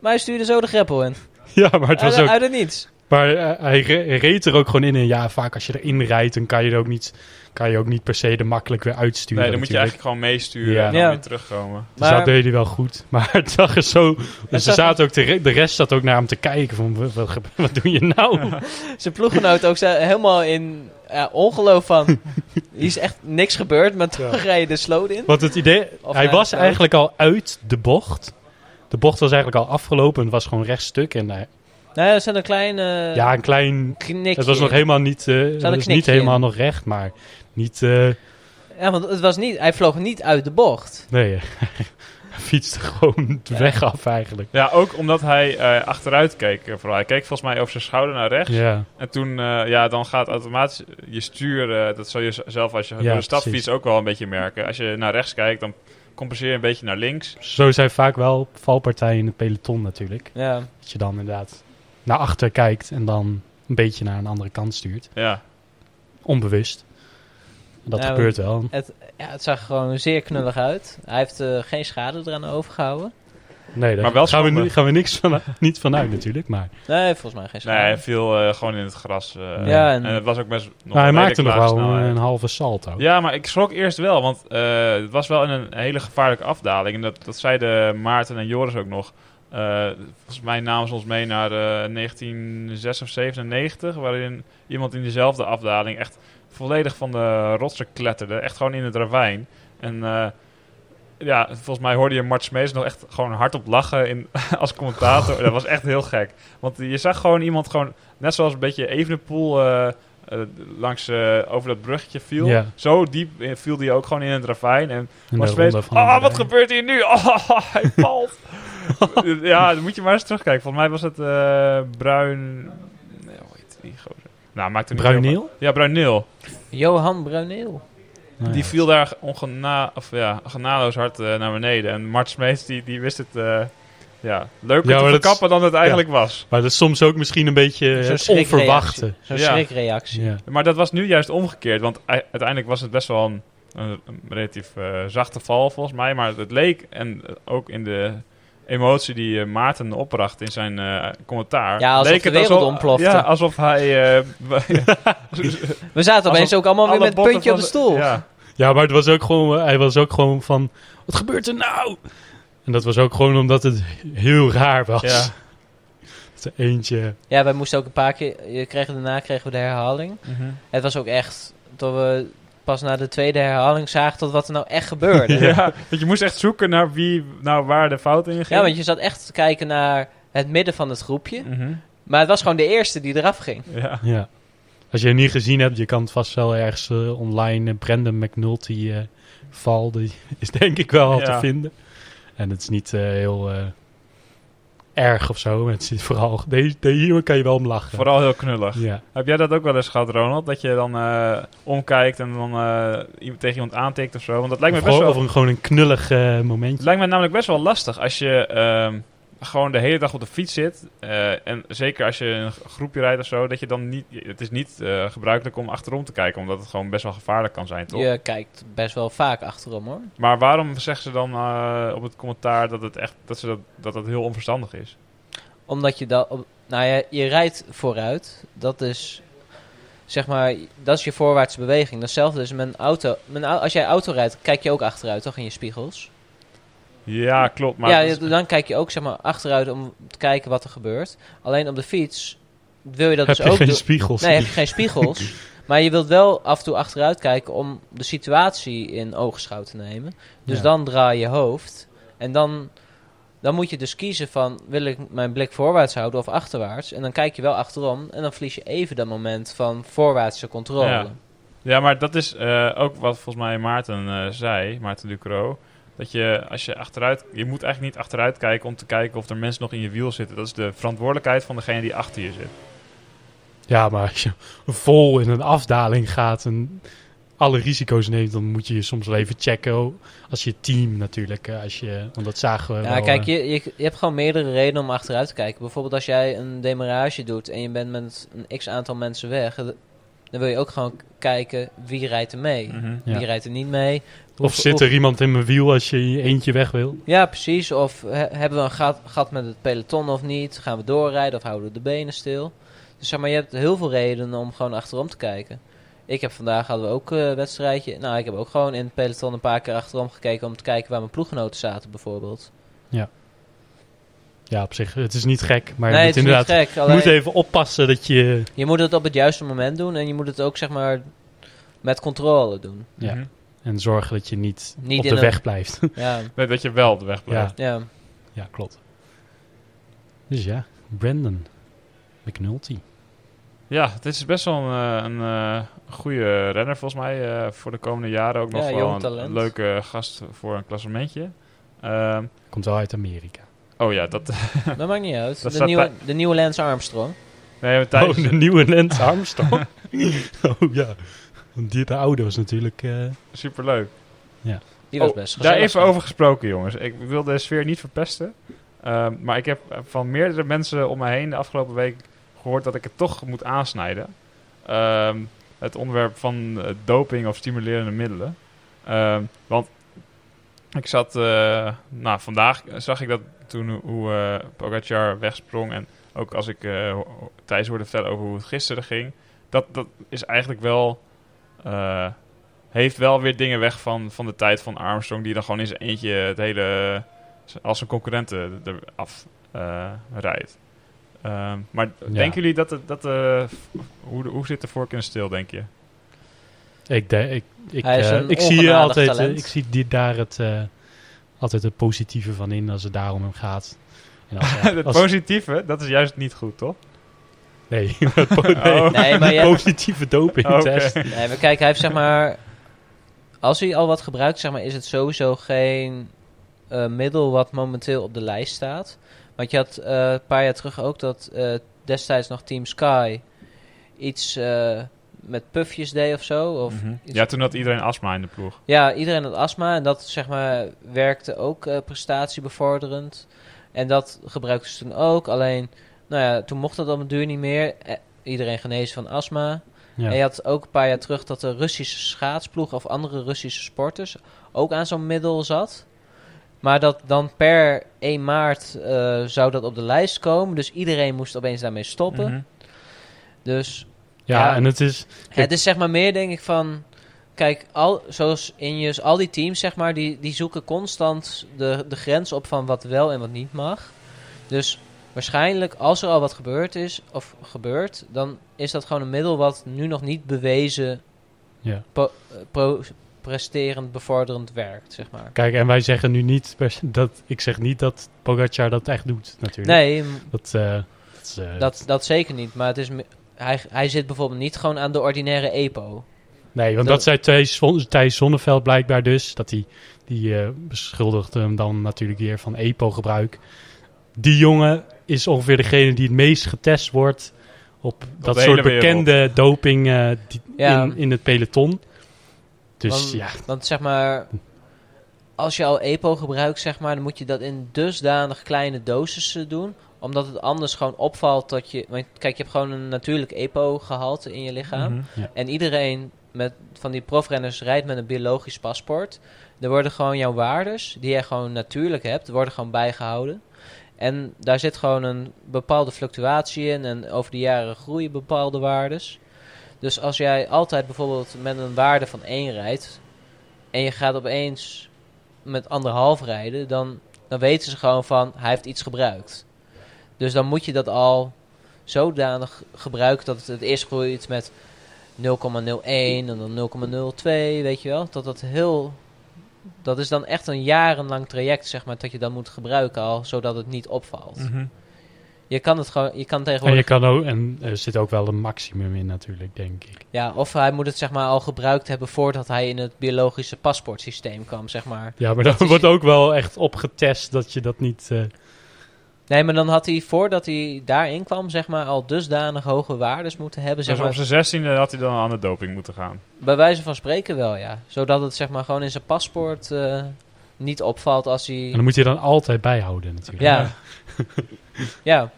Speaker 3: Maar hij stuurde zo de greppel in.
Speaker 2: (laughs) ja maar het was
Speaker 1: Eh,
Speaker 3: uit,
Speaker 2: ook...
Speaker 3: uit het niets.
Speaker 2: Maar eh, hij re- reed er ook gewoon in. En ja, vaak als je erin rijdt, dan kan je er ook niet, kan je ook niet per se er makkelijk weer uitsturen.
Speaker 1: Nee, dan moet je eigenlijk
Speaker 2: natuurlijk.
Speaker 1: gewoon meesturen
Speaker 2: Ja.
Speaker 1: en dan
Speaker 3: Ja.
Speaker 1: weer terugkomen.
Speaker 2: Dus
Speaker 3: Maar-
Speaker 2: dat deed hij wel goed. (laughs) Maar het zag er zo... Dus er
Speaker 3: zag-
Speaker 2: zaten ook de, re- de rest zat ook naar hem te kijken. Van, wat, wat gebe- wat doe je nou?
Speaker 3: Zijn ploeggenoot ook zei- helemaal in ja, ongeloof
Speaker 2: (laughs)
Speaker 3: van... Hier is echt niks gebeurd, maar toch rij je de sloot in.
Speaker 2: Want het idee...
Speaker 3: Of
Speaker 2: hij
Speaker 3: naar
Speaker 2: was
Speaker 3: de-
Speaker 2: eigenlijk al uit de bocht. De bocht was eigenlijk al afgelopen. Het was gewoon rechtstuk. En hij-
Speaker 3: Nou, er zat een klein eh,
Speaker 2: ja, een klein...
Speaker 3: knikje
Speaker 2: Het was nog
Speaker 3: in.
Speaker 2: helemaal niet... eh, het was niet
Speaker 3: knikje
Speaker 2: helemaal
Speaker 3: in.
Speaker 2: nog recht, maar niet... eh,
Speaker 3: Ja, want het was niet, hij vloog niet uit de bocht.
Speaker 2: nee, (laughs) hij fietste gewoon de weg af eigenlijk.
Speaker 1: Ja, ook omdat hij eh, achteruit keek. eh, Vooral. Hij keek volgens mij over zijn schouder naar rechts.
Speaker 2: Ja.
Speaker 1: En toen, eh, ja, dan gaat automatisch je stuur, eh, dat zal je z- zelf als je
Speaker 2: Ja,
Speaker 1: door de stad
Speaker 2: precies.
Speaker 1: fietst ook wel een beetje merken. Als je naar rechts kijkt, dan compenseer je een beetje naar links.
Speaker 2: Zo zijn vaak wel valpartijen in het peloton natuurlijk.
Speaker 3: Ja.
Speaker 2: Dat je dan inderdaad naar achter kijkt en dan een beetje naar een andere kant stuurt.
Speaker 1: Ja,
Speaker 2: Onbewust. Dat
Speaker 3: Ja,
Speaker 2: gebeurt wel.
Speaker 3: ja, het zag er gewoon zeer knullig uit. Hij heeft eh, geen schade eraan overgehouden.
Speaker 2: Nee, daar
Speaker 1: Maar wel
Speaker 2: gaan, we,
Speaker 1: schande.
Speaker 2: nu- gaan we niks van, (laughs) niet van uit natuurlijk. Maar,
Speaker 3: Nee, volgens mij geen
Speaker 1: nee,
Speaker 3: schade.
Speaker 1: hij viel eh, gewoon in het gras. eh,
Speaker 3: Ja,
Speaker 1: en,
Speaker 3: en-
Speaker 1: het was ook best nog
Speaker 2: maar hij
Speaker 1: een
Speaker 2: maakte nog
Speaker 1: redelijk
Speaker 2: wel
Speaker 1: lage
Speaker 2: eh, een,
Speaker 1: snelheid.
Speaker 2: een halve salto.
Speaker 1: Ja, maar ik schrok eerst wel, want eh, het was wel in een hele gevaarlijke afdaling. En dat, dat zeiden Maarten en Joris ook nog. Eh, volgens mij namen ze ons mee naar eh 1996 of 97, waarin iemand in dezelfde afdaling echt volledig van de rotsen kletterde. Echt gewoon in het ravijn. En eh, ja, volgens mij hoorde je Mart Smees nog echt gewoon hardop lachen in, (laughs) als commentator. Dat was echt heel gek. Want je zag gewoon iemand gewoon, net zoals een beetje Evenepoel eh, eh, langs, eh, over dat bruggetje viel.
Speaker 2: Ja.
Speaker 1: Zo diep eh, viel die ook gewoon in het ravijn. En
Speaker 2: In de
Speaker 1: Mart Smees,
Speaker 2: ronde
Speaker 1: ah,
Speaker 2: van Lombardije.
Speaker 1: wat gebeurt hier nu? (laughs) Oh, hij
Speaker 2: (laughs)
Speaker 1: valt. ja, dan moet je maar eens terugkijken. Volgens mij was het eh, Bruin... Nee, hoe heet die gozer? Nou, maakt er niet heel
Speaker 2: Bruineel?
Speaker 1: veel- Ja, Bruineel.
Speaker 3: Johan Bruneel.
Speaker 2: Nou
Speaker 1: Die
Speaker 2: ja.
Speaker 1: viel daar ongena of ja, genadeloos hard eh, naar beneden. En Mart Smeets, die, die wist het eh, ja, leuker
Speaker 2: Ja,
Speaker 1: te
Speaker 2: maar dat-
Speaker 1: verkappen dan het eigenlijk was.
Speaker 2: Maar dat is soms ook misschien een beetje
Speaker 3: Zo'n
Speaker 2: het
Speaker 3: schrikreactie.
Speaker 2: onverwachte.
Speaker 3: Zo'n
Speaker 1: Ja.
Speaker 3: schrikreactie.
Speaker 2: Ja.
Speaker 1: Maar dat was nu juist omgekeerd. Want ui- uiteindelijk was het best wel een, een relatief eh, zachte val volgens mij. Maar het leek, en eh, ook in de emotie die eh, Maarten opbracht in zijn eh, commentaar...
Speaker 3: Ja, alsof
Speaker 1: leek
Speaker 3: de
Speaker 1: het
Speaker 3: wereld
Speaker 1: alsof-
Speaker 3: ontplofte.
Speaker 1: Ja, alsof hij...
Speaker 3: (laughs)
Speaker 1: eh,
Speaker 3: We zaten opeens ook allemaal weer
Speaker 1: alle
Speaker 3: met het
Speaker 1: botten
Speaker 3: puntje op de
Speaker 1: van
Speaker 3: stoel.
Speaker 1: Ja,
Speaker 2: ja, maar het was ook gewoon, eh, hij was ook gewoon van, wat gebeurt er nou? En dat was ook gewoon omdat het heel raar was.
Speaker 1: ja.
Speaker 2: (laughs) Dat er eentje
Speaker 3: Ja, wij moesten ook een paar keer... Je kreeg, daarna kregen we de herhaling.
Speaker 2: Mhm.
Speaker 3: Het was ook echt... Dat we pas na de tweede herhaling zagen tot wat er nou echt gebeurde. ja.
Speaker 1: (laughs) Ja, want je moest echt zoeken naar wie, nou waar de fout in ging.
Speaker 3: want je zat echt te kijken naar het midden van het groepje.
Speaker 1: Mhm.
Speaker 3: Maar het was gewoon de eerste die eraf ging.
Speaker 1: Ja.
Speaker 2: Ja. Als je het niet gezien hebt, je kan het vast wel ergens eh, online. eh, Brandon McNulty eh, val, die (laughs) is denk ik wel al
Speaker 1: Ja.
Speaker 2: te vinden. En het is niet eh, heel eh, erg of zo. maar Het is vooral, deze, deze hier kan je wel om lachen.
Speaker 1: Vooral heel knullig.
Speaker 2: Ja.
Speaker 1: Heb jij dat ook wel eens gehad, Ronald? Dat je dan eh, omkijkt en dan eh, iemand- tegen iemand aantikt of zo? Want dat lijkt me
Speaker 2: Of,
Speaker 1: best
Speaker 2: gewoon,
Speaker 1: wel...
Speaker 2: of een, gewoon een knullig eh, momentje.
Speaker 1: Het lijkt me namelijk best wel lastig als je ehm, gewoon de hele dag op de fiets zit. eh, en zeker als je in een groepje rijdt of zo, dat je dan niet... Het is niet eh, gebruikelijk om achterom te kijken, omdat het gewoon best wel gevaarlijk kan zijn, toch?
Speaker 3: Je kijkt best wel vaak achterom hoor.
Speaker 1: Maar waarom zeggen ze dan eh, op het commentaar dat het echt, dat, ze dat, dat dat heel onverstandig is?
Speaker 3: Omdat je dat... op- Nou ja, je rijdt vooruit. Dat is... Zeg maar, dat is je voorwaartse beweging. Datzelfde is met een auto. Met een au- als jij auto rijdt, kijk je ook achteruit, toch? In je spiegels.
Speaker 1: Ja, klopt. Maar
Speaker 3: ja,
Speaker 1: dat is-
Speaker 3: je- dan kijk je ook zeg maar, achteruit om te kijken wat er gebeurt. Alleen op de fiets wil je dat
Speaker 2: heb
Speaker 3: dus
Speaker 2: je
Speaker 3: ook
Speaker 2: geen
Speaker 3: doen.
Speaker 2: spiegels?
Speaker 3: Nee, heb je geen
Speaker 2: (laughs)
Speaker 3: spiegels. maar je wilt wel af en toe achteruit kijken om de situatie in oogschouw te nemen. Dus
Speaker 2: Ja.
Speaker 3: dan draai je hoofd. En dan, dan moet je dus kiezen van, wil ik mijn blik voorwaarts houden of achterwaarts? En dan kijk je wel achterom en dan verlies je even dat moment van voorwaartse controle.
Speaker 1: Ja. Ja, maar dat is eh, ook wat volgens mij Maarten eh, zei, Maarten Ducro. Dat je als je achteruit. Je moet eigenlijk niet achteruit kijken om te kijken of er mensen nog in je wiel zitten. Dat is de verantwoordelijkheid van degene die achter je zit.
Speaker 2: Ja, maar als je vol in een afdaling gaat en alle risico's neemt, dan moet je je soms wel even checken. oh, Als je team natuurlijk, eh, als je, want dat zagen we
Speaker 3: Ja,
Speaker 2: wel,
Speaker 3: kijk,
Speaker 2: eh,
Speaker 3: je, je, je hebt gewoon meerdere redenen om achteruit te kijken. Bijvoorbeeld als jij een demarage doet en je bent met een x aantal mensen weg. eh, dan wil je ook gewoon k- kijken wie rijdt er mee.
Speaker 1: Mhm.
Speaker 2: Ja.
Speaker 3: Wie rijdt er niet mee.
Speaker 2: Of zit er iemand in mijn wiel als je in je eentje weg wil?
Speaker 3: Ja, precies. Of he- hebben we een gat, gat met het peloton of niet? Gaan we doorrijden of houden we de benen stil? Dus zeg maar, je hebt heel veel redenen om gewoon achterom te kijken. Ik heb vandaag hadden we ook een wedstrijdje. Nou, ik heb ook gewoon in het peloton een paar keer achterom gekeken om te kijken waar mijn ploeggenoten zaten bijvoorbeeld.
Speaker 2: Ja, op zich. Het is niet gek, maar
Speaker 3: nee,
Speaker 2: je
Speaker 3: het
Speaker 2: moet
Speaker 3: is
Speaker 2: inderdaad...
Speaker 3: niet gek.
Speaker 2: je
Speaker 3: Alleen,
Speaker 2: moet even oppassen dat je...
Speaker 3: je moet het op het juiste moment doen en je moet het ook zeg maar met controle
Speaker 1: (laughs)
Speaker 3: doen.
Speaker 2: Ja.
Speaker 1: Mhm.
Speaker 2: En zorgen dat je niet,
Speaker 3: Niet
Speaker 2: op
Speaker 3: in
Speaker 2: de
Speaker 3: een-
Speaker 2: weg blijft. (laughs)
Speaker 3: ja,
Speaker 1: Weet dat je wel op de weg blijft.
Speaker 2: ja,
Speaker 3: ja.
Speaker 2: ja, klopt. Dus ja, Brandon McNulty.
Speaker 1: Ja, het is best wel een, eh, een eh, goede renner volgens mij. eh, voor de komende jaren ook
Speaker 3: Ja,
Speaker 1: nog wel
Speaker 3: jong
Speaker 1: een,
Speaker 3: talent.
Speaker 1: een leuke gast voor een klassementje. Ehm,
Speaker 2: Komt wel uit Amerika.
Speaker 1: oh ja, dat... (laughs)
Speaker 3: dat maakt niet uit.
Speaker 1: Dat
Speaker 3: De
Speaker 1: staat
Speaker 3: nieuwe, de nieuwe Lance Armstrong.
Speaker 1: Nee, maar tijdens,
Speaker 2: Oh, de nieuwe Lance (laughs) Armstrong. oh ja. Want die de oude was natuurlijk... eh,
Speaker 1: superleuk.
Speaker 3: Die was
Speaker 1: Oh,
Speaker 3: best
Speaker 1: Daar
Speaker 3: gezellig.
Speaker 1: even over gesproken, jongens. Ik wil de sfeer niet verpesten. Ehm, maar ik heb eh, van meerdere mensen om me heen de afgelopen week gehoord dat ik het toch moet aansnijden. Ehm, het onderwerp van eh, doping of stimulerende middelen. Ehm, want ik zat... eh, nou, vandaag zag ik dat toen hoe- hoe eh, Pogacar wegsprong. En ook als ik eh, ho- ho- Thijs hoorde vertellen over hoe het gisteren ging. Dat, dat is eigenlijk wel... eh, heeft wel weer dingen weg van, van de tijd van Armstrong, die dan gewoon in zijn eentje het hele. als zijn concurrenten eraf eh rijdt. Ehm, maar denken jullie dat. het- dat eh, f- hoe, hoe zit de vork in de stil, denk je? (laughs)
Speaker 2: Ik, de- ik, ik,
Speaker 3: Hij is
Speaker 2: eh,
Speaker 3: een
Speaker 2: ik zie je
Speaker 3: ongenadig
Speaker 2: altijd, eh,
Speaker 3: talent.
Speaker 2: ik zie die, daar het, eh, altijd het positieve van in als het daarom hem gaat. En als, (laughs) hij-
Speaker 1: het
Speaker 2: als-
Speaker 1: positieve, dat is juist niet goed, toch?
Speaker 3: (laughs)
Speaker 2: nee, het po- (laughs) nee,
Speaker 1: Oh.
Speaker 3: Nee, maar Oh, je hebt-
Speaker 2: positieve dopingtest.
Speaker 3: Nee, maar kijk, hij heeft zeg maar... Als hij al wat gebruikt, zeg maar, is het sowieso geen eh, middel wat momenteel op de lijst staat. Want je had eh, een paar jaar terug ook dat eh, destijds nog Team Sky iets eh, met pufjes deed of zo. Of
Speaker 1: Mhm.
Speaker 3: iets-
Speaker 1: Ja, toen had iedereen astma in de ploeg.
Speaker 3: ja, iedereen had astma en dat zeg maar werkte ook eh, prestatiebevorderend. En dat gebruikten ze toen ook. Alleen, nou ja, toen mocht dat op een duur niet meer. Eh, iedereen genezen van astma.
Speaker 2: Ja.
Speaker 3: En je had ook een paar jaar terug dat de Russische schaatsploeg of andere Russische sporters ook aan zo'n middel zat. Maar dat dan per 1 maart eh, zou dat op de lijst komen. Dus iedereen moest opeens daarmee stoppen.
Speaker 1: Mhm.
Speaker 3: Dus
Speaker 2: Ja,
Speaker 3: Ja.
Speaker 2: en het is...
Speaker 3: het is zeg maar meer denk ik van... Kijk, al, zoals in je, al die teams zeg maar, die, die zoeken constant de, de grens op van wat wel en wat niet mag. Dus waarschijnlijk als er al wat gebeurd is, of gebeurt, dan is dat gewoon een middel wat nu nog niet bewezen
Speaker 2: Ja.
Speaker 3: po- eh, pro- presterend, bevorderend werkt, zeg maar.
Speaker 2: Kijk, en wij zeggen nu niet... per se dat, ik zeg niet dat Pogacar dat echt doet, natuurlijk.
Speaker 3: Nee, m-
Speaker 2: Dat, eh, dat is, eh,
Speaker 3: dat, dat zeker niet. Maar het is, me- hij, hij zit bijvoorbeeld niet gewoon aan de ordinaire EPO.
Speaker 2: Nee, want dat,
Speaker 3: Dat-
Speaker 2: zei Thijs, Zon- Thijs Zonneveld blijkbaar dus. Dat die, die eh, beschuldigde hem dan natuurlijk weer van EPO-gebruik. Die jongen is ongeveer degene die het meest getest wordt op dat
Speaker 1: de
Speaker 2: soort
Speaker 1: hele wereld.
Speaker 2: bekende doping eh, die-
Speaker 3: Ja.
Speaker 2: in, in het peloton. Dus
Speaker 3: want,
Speaker 2: ja,
Speaker 3: Want zeg maar, als je al EPO gebruikt, zeg maar, dan moet je dat in dusdanig kleine dosissen doen. Omdat het anders gewoon opvalt dat je... Want kijk, je hebt gewoon een natuurlijk EPO-gehalte in je lichaam.
Speaker 1: Mhm.
Speaker 3: En iedereen met, van die profrenners rijdt met een biologisch paspoort. Er worden gewoon jouw waardes, die je gewoon natuurlijk hebt, worden gewoon bijgehouden. En daar zit gewoon een bepaalde fluctuatie in. En over de jaren groeien bepaalde waardes. Dus als jij altijd bijvoorbeeld met een waarde van 1 rijdt. En je gaat opeens met anderhalf rijden. Dan, dan weten ze gewoon van hij heeft iets gebruikt. Dus dan moet je dat al zodanig gebruiken dat het, het eerst groeit met 0,01 en dan 0,02. Weet je wel? Dat dat heel dat is dan echt een jarenlang traject, zeg maar, dat je dan moet gebruiken al, zodat het niet opvalt.
Speaker 1: Mhm.
Speaker 3: Je kan het gewoon, je kan
Speaker 2: en je
Speaker 3: tegenwoordig,
Speaker 2: kan ook, en er zit ook wel een maximum in natuurlijk, denk ik.
Speaker 3: ja, of hij moet het zeg maar al gebruikt hebben voordat hij in het biologische paspoortsysteem kwam, zeg maar.
Speaker 2: Ja, maar dan (laughs)
Speaker 3: is-
Speaker 2: wordt ook wel echt opgetest dat je dat niet... eh,
Speaker 3: Nee, maar dan had hij voordat hij daarin kwam, zeg maar, al dusdanig hoge waardes moeten hebben, zeg
Speaker 1: Dus op
Speaker 3: maar.
Speaker 1: zijn zestiende had hij dan aan de doping moeten gaan.
Speaker 3: Bij wijze van spreken wel, ja, zodat het zeg maar gewoon in zijn paspoort eh, niet opvalt als
Speaker 2: en
Speaker 3: hij,
Speaker 2: dan moet je dan altijd bijhouden natuurlijk.
Speaker 3: (laughs) ja, ja.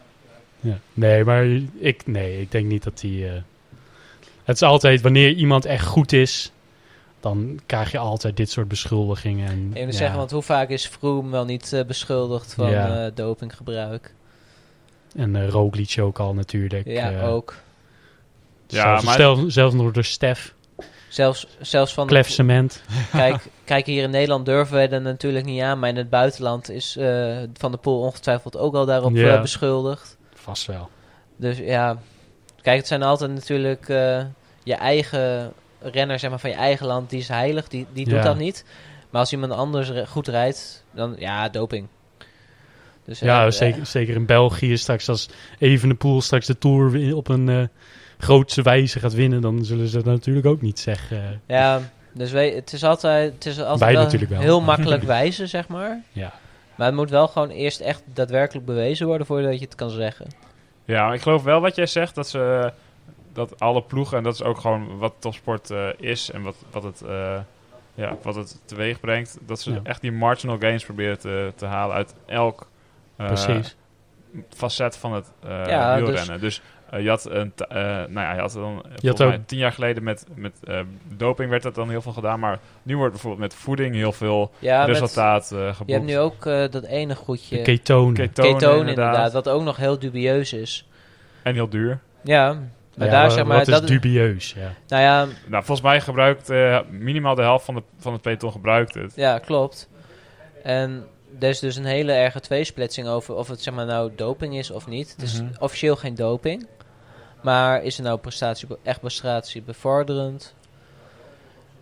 Speaker 2: Ja. Nee, maar ik, nee, ik denk niet dat hij. eh, Het is altijd, wanneer iemand echt goed is, dan krijg je altijd dit soort beschuldigingen. En,
Speaker 3: Even
Speaker 2: ja.
Speaker 3: zeggen, want hoe vaak is Vroom wel niet eh, beschuldigd van
Speaker 2: Ja.
Speaker 3: eh, dopinggebruik?
Speaker 2: en eh, Roglic ook al natuurlijk.
Speaker 3: Ja,
Speaker 2: eh,
Speaker 3: ook.
Speaker 1: Ja,
Speaker 2: zelfs,
Speaker 1: maar-
Speaker 2: stel- zelfs nog door Stef,
Speaker 3: Zelfs, zelfs van...
Speaker 2: Klef Cement. (laughs)
Speaker 3: Kijk, kijk, hier in Nederland durven wij dat natuurlijk niet aan. Maar in het buitenland is eh, Van der Poel ongetwijfeld ook al daarop
Speaker 2: Ja.
Speaker 3: eh, beschuldigd.
Speaker 2: Vast wel.
Speaker 3: Dus ja, kijk, het zijn altijd natuurlijk eh, je eigen renner zeg maar, van je eigen land. Die is heilig, die, die doet
Speaker 2: Ja.
Speaker 3: dat niet. Maar als iemand anders re- goed rijdt, dan ja, doping. Dus, eh,
Speaker 2: Ja,
Speaker 3: eh,
Speaker 2: zeker, zeker in België straks als Evenepoel straks de Tour wi- op een eh, grootse wijze gaat winnen, dan zullen ze dat natuurlijk ook niet zeggen. eh,
Speaker 3: Ja, dus wij, het is altijd, het is altijd
Speaker 2: Wij
Speaker 3: wel
Speaker 2: natuurlijk wel. (laughs)
Speaker 3: heel makkelijk wijzen, zeg maar.
Speaker 2: Ja.
Speaker 3: Maar het moet wel gewoon eerst echt daadwerkelijk bewezen worden voordat je het kan zeggen.
Speaker 1: Ja, maar ik geloof wel wat jij zegt, dat ze eh, dat alle ploegen, en dat is ook gewoon wat topsport eh, is en wat, wat, het, eh, ja, wat het teweeg brengt, dat ze
Speaker 2: Ja.
Speaker 1: echt die marginal gains proberen te, te halen uit elk eh,
Speaker 2: Precies.
Speaker 1: facet van het eh
Speaker 3: Ja, dus-
Speaker 1: wielrennen. Dus, eh, je had, een t- eh, nou ja, je had dan eh, volgens
Speaker 2: ook-
Speaker 1: mij tien jaar geleden met, met eh, doping werd dat dan heel veel gedaan, maar nu wordt bijvoorbeeld met voeding heel veel
Speaker 3: Ja, met-
Speaker 1: resultaat eh geboekt.
Speaker 3: je hebt nu ook eh, dat ene
Speaker 2: De
Speaker 3: groetje
Speaker 2: ketonen.
Speaker 1: ketonen,
Speaker 3: ketonen, inderdaad. wat ook nog heel dubieus is.
Speaker 1: en heel duur.
Speaker 3: Ja, maar
Speaker 2: Ja,
Speaker 3: daar
Speaker 2: wa-
Speaker 3: zeg maar...
Speaker 2: wat
Speaker 3: dat,
Speaker 2: is dubieus, ja.
Speaker 3: nou ja,
Speaker 1: Nou, volgens mij gebruikt eh, minimaal de helft van, de, van het peloton gebruikt het.
Speaker 3: ja, klopt. En er is dus een hele erge tweesplitsing over of het zeg maar nou doping is of niet. Het is
Speaker 2: Mhm.
Speaker 3: officieel geen doping. Maar is het nou prestatie, echt prestatie bevorderend?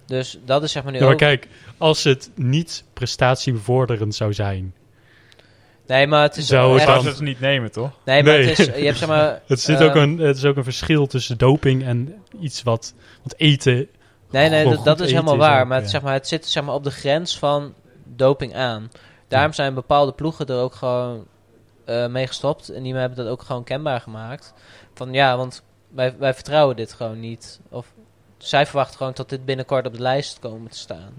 Speaker 3: Dus dat is zeg maar nu
Speaker 2: Ja, maar
Speaker 3: ook...
Speaker 2: kijk, als het niet prestatiebevorderend zou zijn,
Speaker 3: Nee, maar het is...
Speaker 2: Zou het
Speaker 3: echt-
Speaker 1: Zou
Speaker 2: dan-
Speaker 1: ze het dus niet nemen, toch?
Speaker 3: Nee, maar
Speaker 2: Nee.
Speaker 3: het is... Je hebt zeg maar...
Speaker 2: (laughs) Het, zit
Speaker 3: eh,
Speaker 2: ook een, het is ook een verschil tussen doping en iets wat, wat eten.
Speaker 3: Nee, nee,
Speaker 2: gewoon
Speaker 3: dat,
Speaker 2: goed
Speaker 3: dat is
Speaker 2: eten
Speaker 3: helemaal
Speaker 2: is
Speaker 3: waar.
Speaker 2: ook,
Speaker 3: maar, het,
Speaker 2: ja.
Speaker 3: zeg maar het zit zeg maar, op de grens van doping aan. Daarom zijn bepaalde ploegen er ook gewoon eh, mee gestopt. En die hebben dat ook gewoon kenbaar gemaakt. Van ja, want wij, wij vertrouwen dit gewoon niet. Of zij verwachten gewoon dat dit binnenkort op de lijst komen te staan.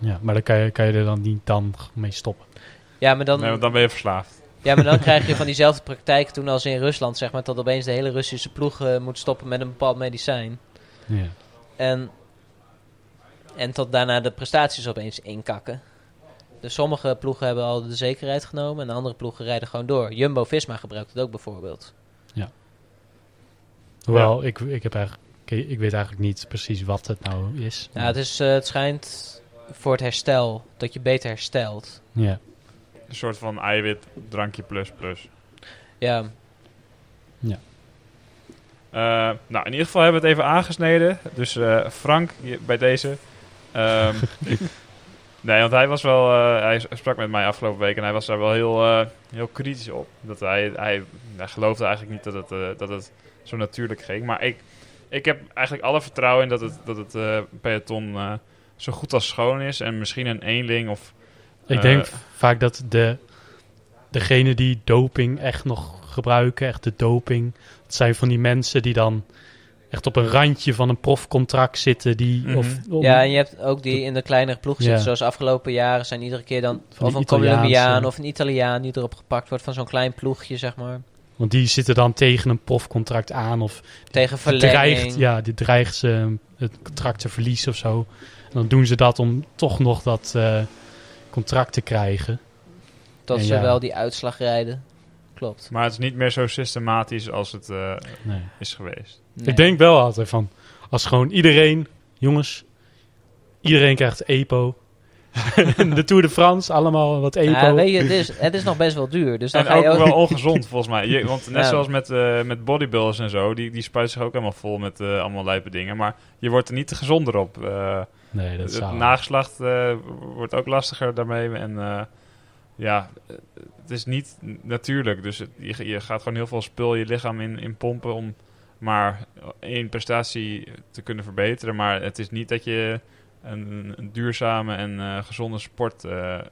Speaker 2: Ja, maar dan kan je, kan je er dan niet dan mee stoppen.
Speaker 3: Ja, maar dan,
Speaker 1: Nee, want dan ben je verslaafd.
Speaker 3: ja, maar dan krijg je van diezelfde praktijk toen als in Rusland, zeg maar, dat opeens de hele Russische ploeg eh, moet stoppen met een bepaald medicijn.
Speaker 2: Ja.
Speaker 3: En, en tot daarna de prestaties opeens inkakken. Dus sommige ploegen hebben al de zekerheid genomen en andere ploegen rijden gewoon door. Jumbo Visma gebruikt het ook bijvoorbeeld.
Speaker 2: Hoewel, ik, ik, heb eigenlijk, ik, ik weet eigenlijk niet precies wat het nou is.
Speaker 3: Nou, het, is, eh, het schijnt voor het herstel dat je beter herstelt.
Speaker 2: ja.
Speaker 1: Een soort van eiwit, drankje plus plus.
Speaker 3: Ja,
Speaker 1: Eh, nou, in ieder geval hebben we het even aangesneden. Dus eh, Frank, je- bij deze. Ehm, nee, want hij was wel... eh, hij sprak met mij afgelopen week en hij was daar wel heel, eh, heel kritisch op. Dat hij, hij, hij geloofde eigenlijk niet dat het, eh, dat het zo natuurlijk ging. Maar ik, ik heb eigenlijk alle vertrouwen in dat het, dat het eh, peloton eh, zo goed als schoon is. En misschien een eenling of...
Speaker 2: Ik
Speaker 1: Eh,
Speaker 2: denk vaak dat de, degene die doping echt nog gebruiken, echt de doping, dat zijn van die mensen die dan echt op een randje van een profcontract zitten. Die,
Speaker 1: Mhm.
Speaker 2: of, om-
Speaker 3: ja en je hebt ook die in de kleinere ploeg zitten.
Speaker 2: Ja.
Speaker 3: Zoals afgelopen jaren zijn iedere keer dan
Speaker 2: die
Speaker 3: of een
Speaker 2: Italiaanse.
Speaker 3: Colombiaan of een Italiaan die erop gepakt wordt van zo'n klein ploegje, zeg maar.
Speaker 2: Want die zitten dan tegen een profcontract aan of
Speaker 3: Tegen
Speaker 2: die
Speaker 3: verlenging.
Speaker 2: dreigt, ja, die dreigt ze het contract te verliezen of zo. En dan doen ze dat om toch nog dat eh, contract te krijgen.
Speaker 3: Dat
Speaker 2: en
Speaker 3: ze
Speaker 2: ja.
Speaker 3: wel die uitslag rijden. Klopt.
Speaker 1: Maar het is niet meer zo systematisch als het eh,
Speaker 2: Nee.
Speaker 1: is geweest.
Speaker 3: Nee.
Speaker 2: Ik denk wel altijd van, als gewoon iedereen, jongens, iedereen krijgt EPO. (laughs) de Tour de France, allemaal wat EPO.
Speaker 3: Ja, weet je, het is, het is nog best wel duur. Dus dan
Speaker 1: En
Speaker 3: ga je
Speaker 1: ook
Speaker 3: ook... (laughs)
Speaker 1: wel ongezond volgens mij. Je- want net
Speaker 3: Ja.
Speaker 1: zoals met, eh, met bodybuilders en zo, die, die spuiten zich ook helemaal vol met eh, allemaal lijpe dingen. Maar je wordt er niet te gezonder op. Eh,
Speaker 2: nee, dat
Speaker 1: het
Speaker 2: zou...
Speaker 1: nageslacht eh, wordt ook lastiger daarmee. En eh, ja, eh, het is niet n- natuurlijk. Dus het- je, je gaat gewoon heel veel spul je lichaam in, in pompen om maar één prestatie te kunnen verbeteren. Maar het is niet dat je een, een duurzame en eh, gezonde sportprestatie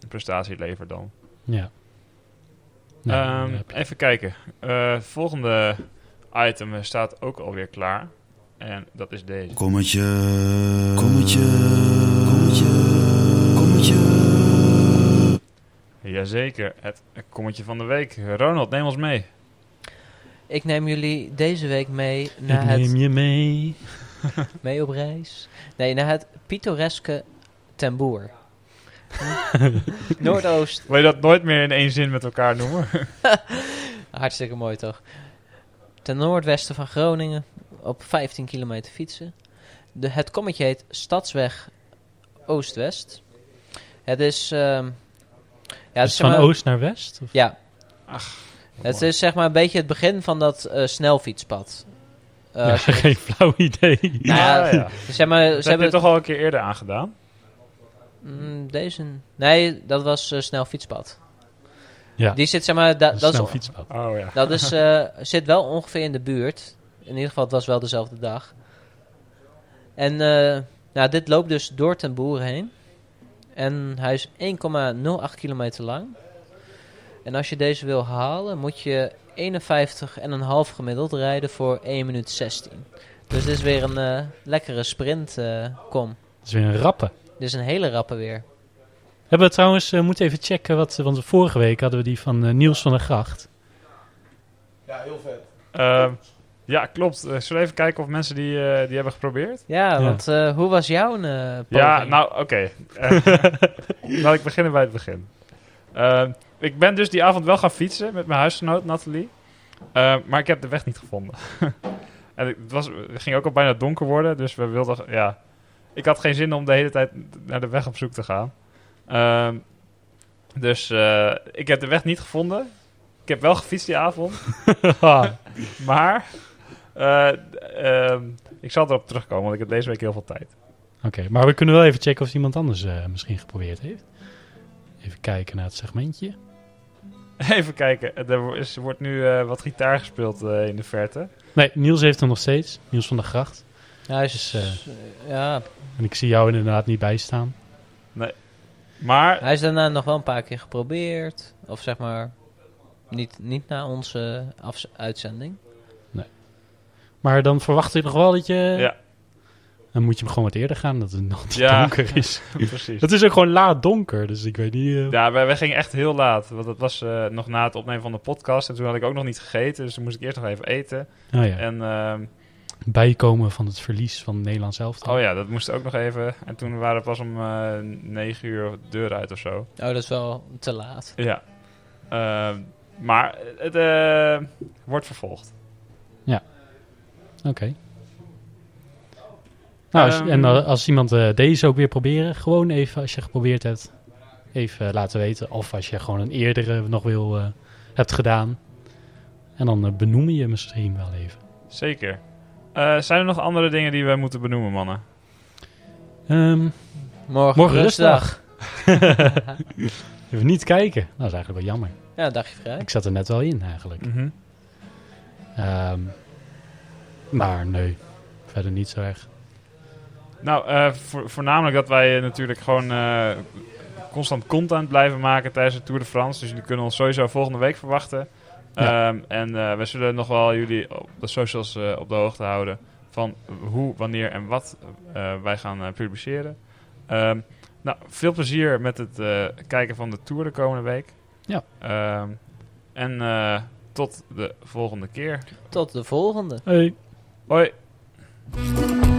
Speaker 1: eh, prestatie levert dan.
Speaker 2: Ja. Nee,
Speaker 1: Ehm,
Speaker 2: dan heb je-
Speaker 1: even kijken. Eh volgende item staat ook alweer klaar. En dat is deze.
Speaker 6: Kommetje. Kommetje. Kommetje. Kommetje.
Speaker 1: Jazeker, het kommetje van de week. Ronald, neem ons mee.
Speaker 3: Ik neem jullie deze week mee naar
Speaker 2: ik
Speaker 3: het
Speaker 2: neem je mee.
Speaker 3: mee op reis. Nee, naar het pittoreske
Speaker 2: (laughs)
Speaker 3: Temboer. Noordoost.
Speaker 1: Wil je dat nooit meer in één zin met elkaar noemen?
Speaker 3: Hartstikke mooi toch? Ten noordwesten van Groningen, op 15 kilometer fietsen. De, het kommetje heet Stadsweg Oost-West. Het is... ehm, ja,
Speaker 2: Dus
Speaker 3: het is zeg
Speaker 2: van
Speaker 3: maar-
Speaker 2: oost naar west? Of?
Speaker 3: Ja. het is zeg maar een beetje het begin van dat eh, snelfietspad. Eh,
Speaker 2: Ja,
Speaker 3: als
Speaker 2: (laughs)
Speaker 3: je-
Speaker 2: geen flauw idee.
Speaker 3: Nou ja,
Speaker 1: ja.
Speaker 3: Zeg
Speaker 1: (laughs) Dat
Speaker 3: maar, ze
Speaker 1: heb je
Speaker 3: hebben
Speaker 1: toch al een keer eerder aangedaan?
Speaker 3: Mm, deze. Nee, dat was eh, snel fietspad.
Speaker 2: Ja.
Speaker 3: Die zit zeg maar. da-
Speaker 2: Een
Speaker 3: dat
Speaker 2: snel
Speaker 3: is,
Speaker 2: fietspad.
Speaker 1: Oh ja.
Speaker 3: dat is, eh, zit wel ongeveer in de buurt. In ieder geval, het was wel dezelfde dag. En eh, nou, dit loopt dus door ten boer heen. En hij is 1,08 kilometer lang. En als je deze wil halen, moet je 51,5 gemiddeld rijden voor 1 minuut 16. Dus dit is weer een eh, lekkere sprint, eh, kom.
Speaker 2: Dat is weer een rappe.
Speaker 3: Dit is een hele rappe weer.
Speaker 2: Hebben we trouwens, eh, moeten even checken, wat, want de vorige week hadden we die van eh, Niels van der Gracht.
Speaker 1: Ehm, ja, klopt. Eh, zullen we even kijken of mensen die, eh, die hebben geprobeerd?
Speaker 3: Ja,
Speaker 2: Ja.
Speaker 3: want eh, hoe was jouw eh poging?
Speaker 1: Ja, nou, oké. Eh, Laat ik beginnen bij het begin. Eh, ik ben dus die avond wel gaan fietsen met mijn huisgenoot Nathalie. Eh, maar ik heb de weg niet gevonden. (laughs) en ik- het, was, het ging ook al bijna donker worden, dus we wilden... Ja, ik had geen zin om de hele tijd naar de weg op zoek te gaan. Ehm, dus eh, ik heb de weg niet gevonden. Ik heb wel gefietst die avond, maar... eh, ehm, ik zal erop terugkomen, want ik heb deze week heel veel tijd.
Speaker 2: Oké, maar we kunnen wel even checken of iemand anders eh, misschien geprobeerd heeft. Even kijken naar het segmentje.
Speaker 1: (laughs) Even kijken, er wo- is- wordt nu eh, wat gitaar gespeeld eh, in de verte.
Speaker 2: Nee, Niels heeft hem nog steeds. Niels van der Gracht.
Speaker 3: Ja, Nou, hij is,
Speaker 2: Dus, eh,
Speaker 3: ja,
Speaker 2: en ik zie jou inderdaad niet bijstaan.
Speaker 3: (laughs)
Speaker 1: Maar
Speaker 3: hij is daarna nog wel een paar keer geprobeerd. Of zeg maar, niet, niet na onze afs- uitzending.
Speaker 2: Maar dan verwacht ik nog wel dat je...
Speaker 1: Ja.
Speaker 2: Dan moet je hem gewoon wat eerder gaan, dat het nog niet
Speaker 1: Ja.
Speaker 2: donker is.
Speaker 1: precies.
Speaker 2: Het is ook gewoon laat donker, dus ik weet niet... eh,
Speaker 1: Ja, wij, wij gingen echt heel laat. Want dat was eh, nog na het opnemen van de podcast. En toen had ik ook nog niet gegeten. Dus toen moest ik eerst nog even eten.
Speaker 2: nou ja,
Speaker 1: En ehm,
Speaker 2: bijkomen van het verlies van Nederland zelf.
Speaker 1: oh ja, dat moest ook nog even. En toen waren we pas om eh, negen uur de deur uit of zo.
Speaker 3: Oh, dat is wel te laat.
Speaker 1: Ja. Ehm, maar het eh, wordt vervolgd.
Speaker 2: Oké. Nou, als-
Speaker 1: Ehm.
Speaker 2: en eh, als iemand eh, deze ook weer proberen, gewoon even als je geprobeerd hebt, even eh, laten weten. Of als je gewoon een eerdere nog wil, eh, hebt gedaan. En dan eh, benoemen je misschien wel even.
Speaker 1: Zeker. Eh, zijn er nog andere dingen die we moeten benoemen, mannen?
Speaker 2: Ehm,
Speaker 3: Morgen,
Speaker 2: Morgen
Speaker 3: rustdag.
Speaker 2: even niet kijken. Nou, dat is eigenlijk wel jammer.
Speaker 3: Ja, dagje vrij.
Speaker 2: Ik zat er net wel in
Speaker 1: Mm.
Speaker 2: eigenlijk. Ehm, maar nee, verder niet zo erg.
Speaker 1: Nou, eh, vo- voornamelijk dat wij eh, natuurlijk gewoon eh, constant content blijven maken tijdens de Tour de France. Dus jullie kunnen ons sowieso volgende week verwachten.
Speaker 2: Ja.
Speaker 1: Ehm, en eh, we zullen nog wel jullie op de socials eh, op de hoogte houden van hoe, wanneer en wat eh, wij gaan eh, publiceren. Ehm, nou, veel plezier met het eh, kijken van de Tour de komende week.
Speaker 2: Ja.
Speaker 1: Ehm, en eh, tot de volgende keer.
Speaker 3: Tot de volgende.
Speaker 2: Hey.
Speaker 1: Hoi!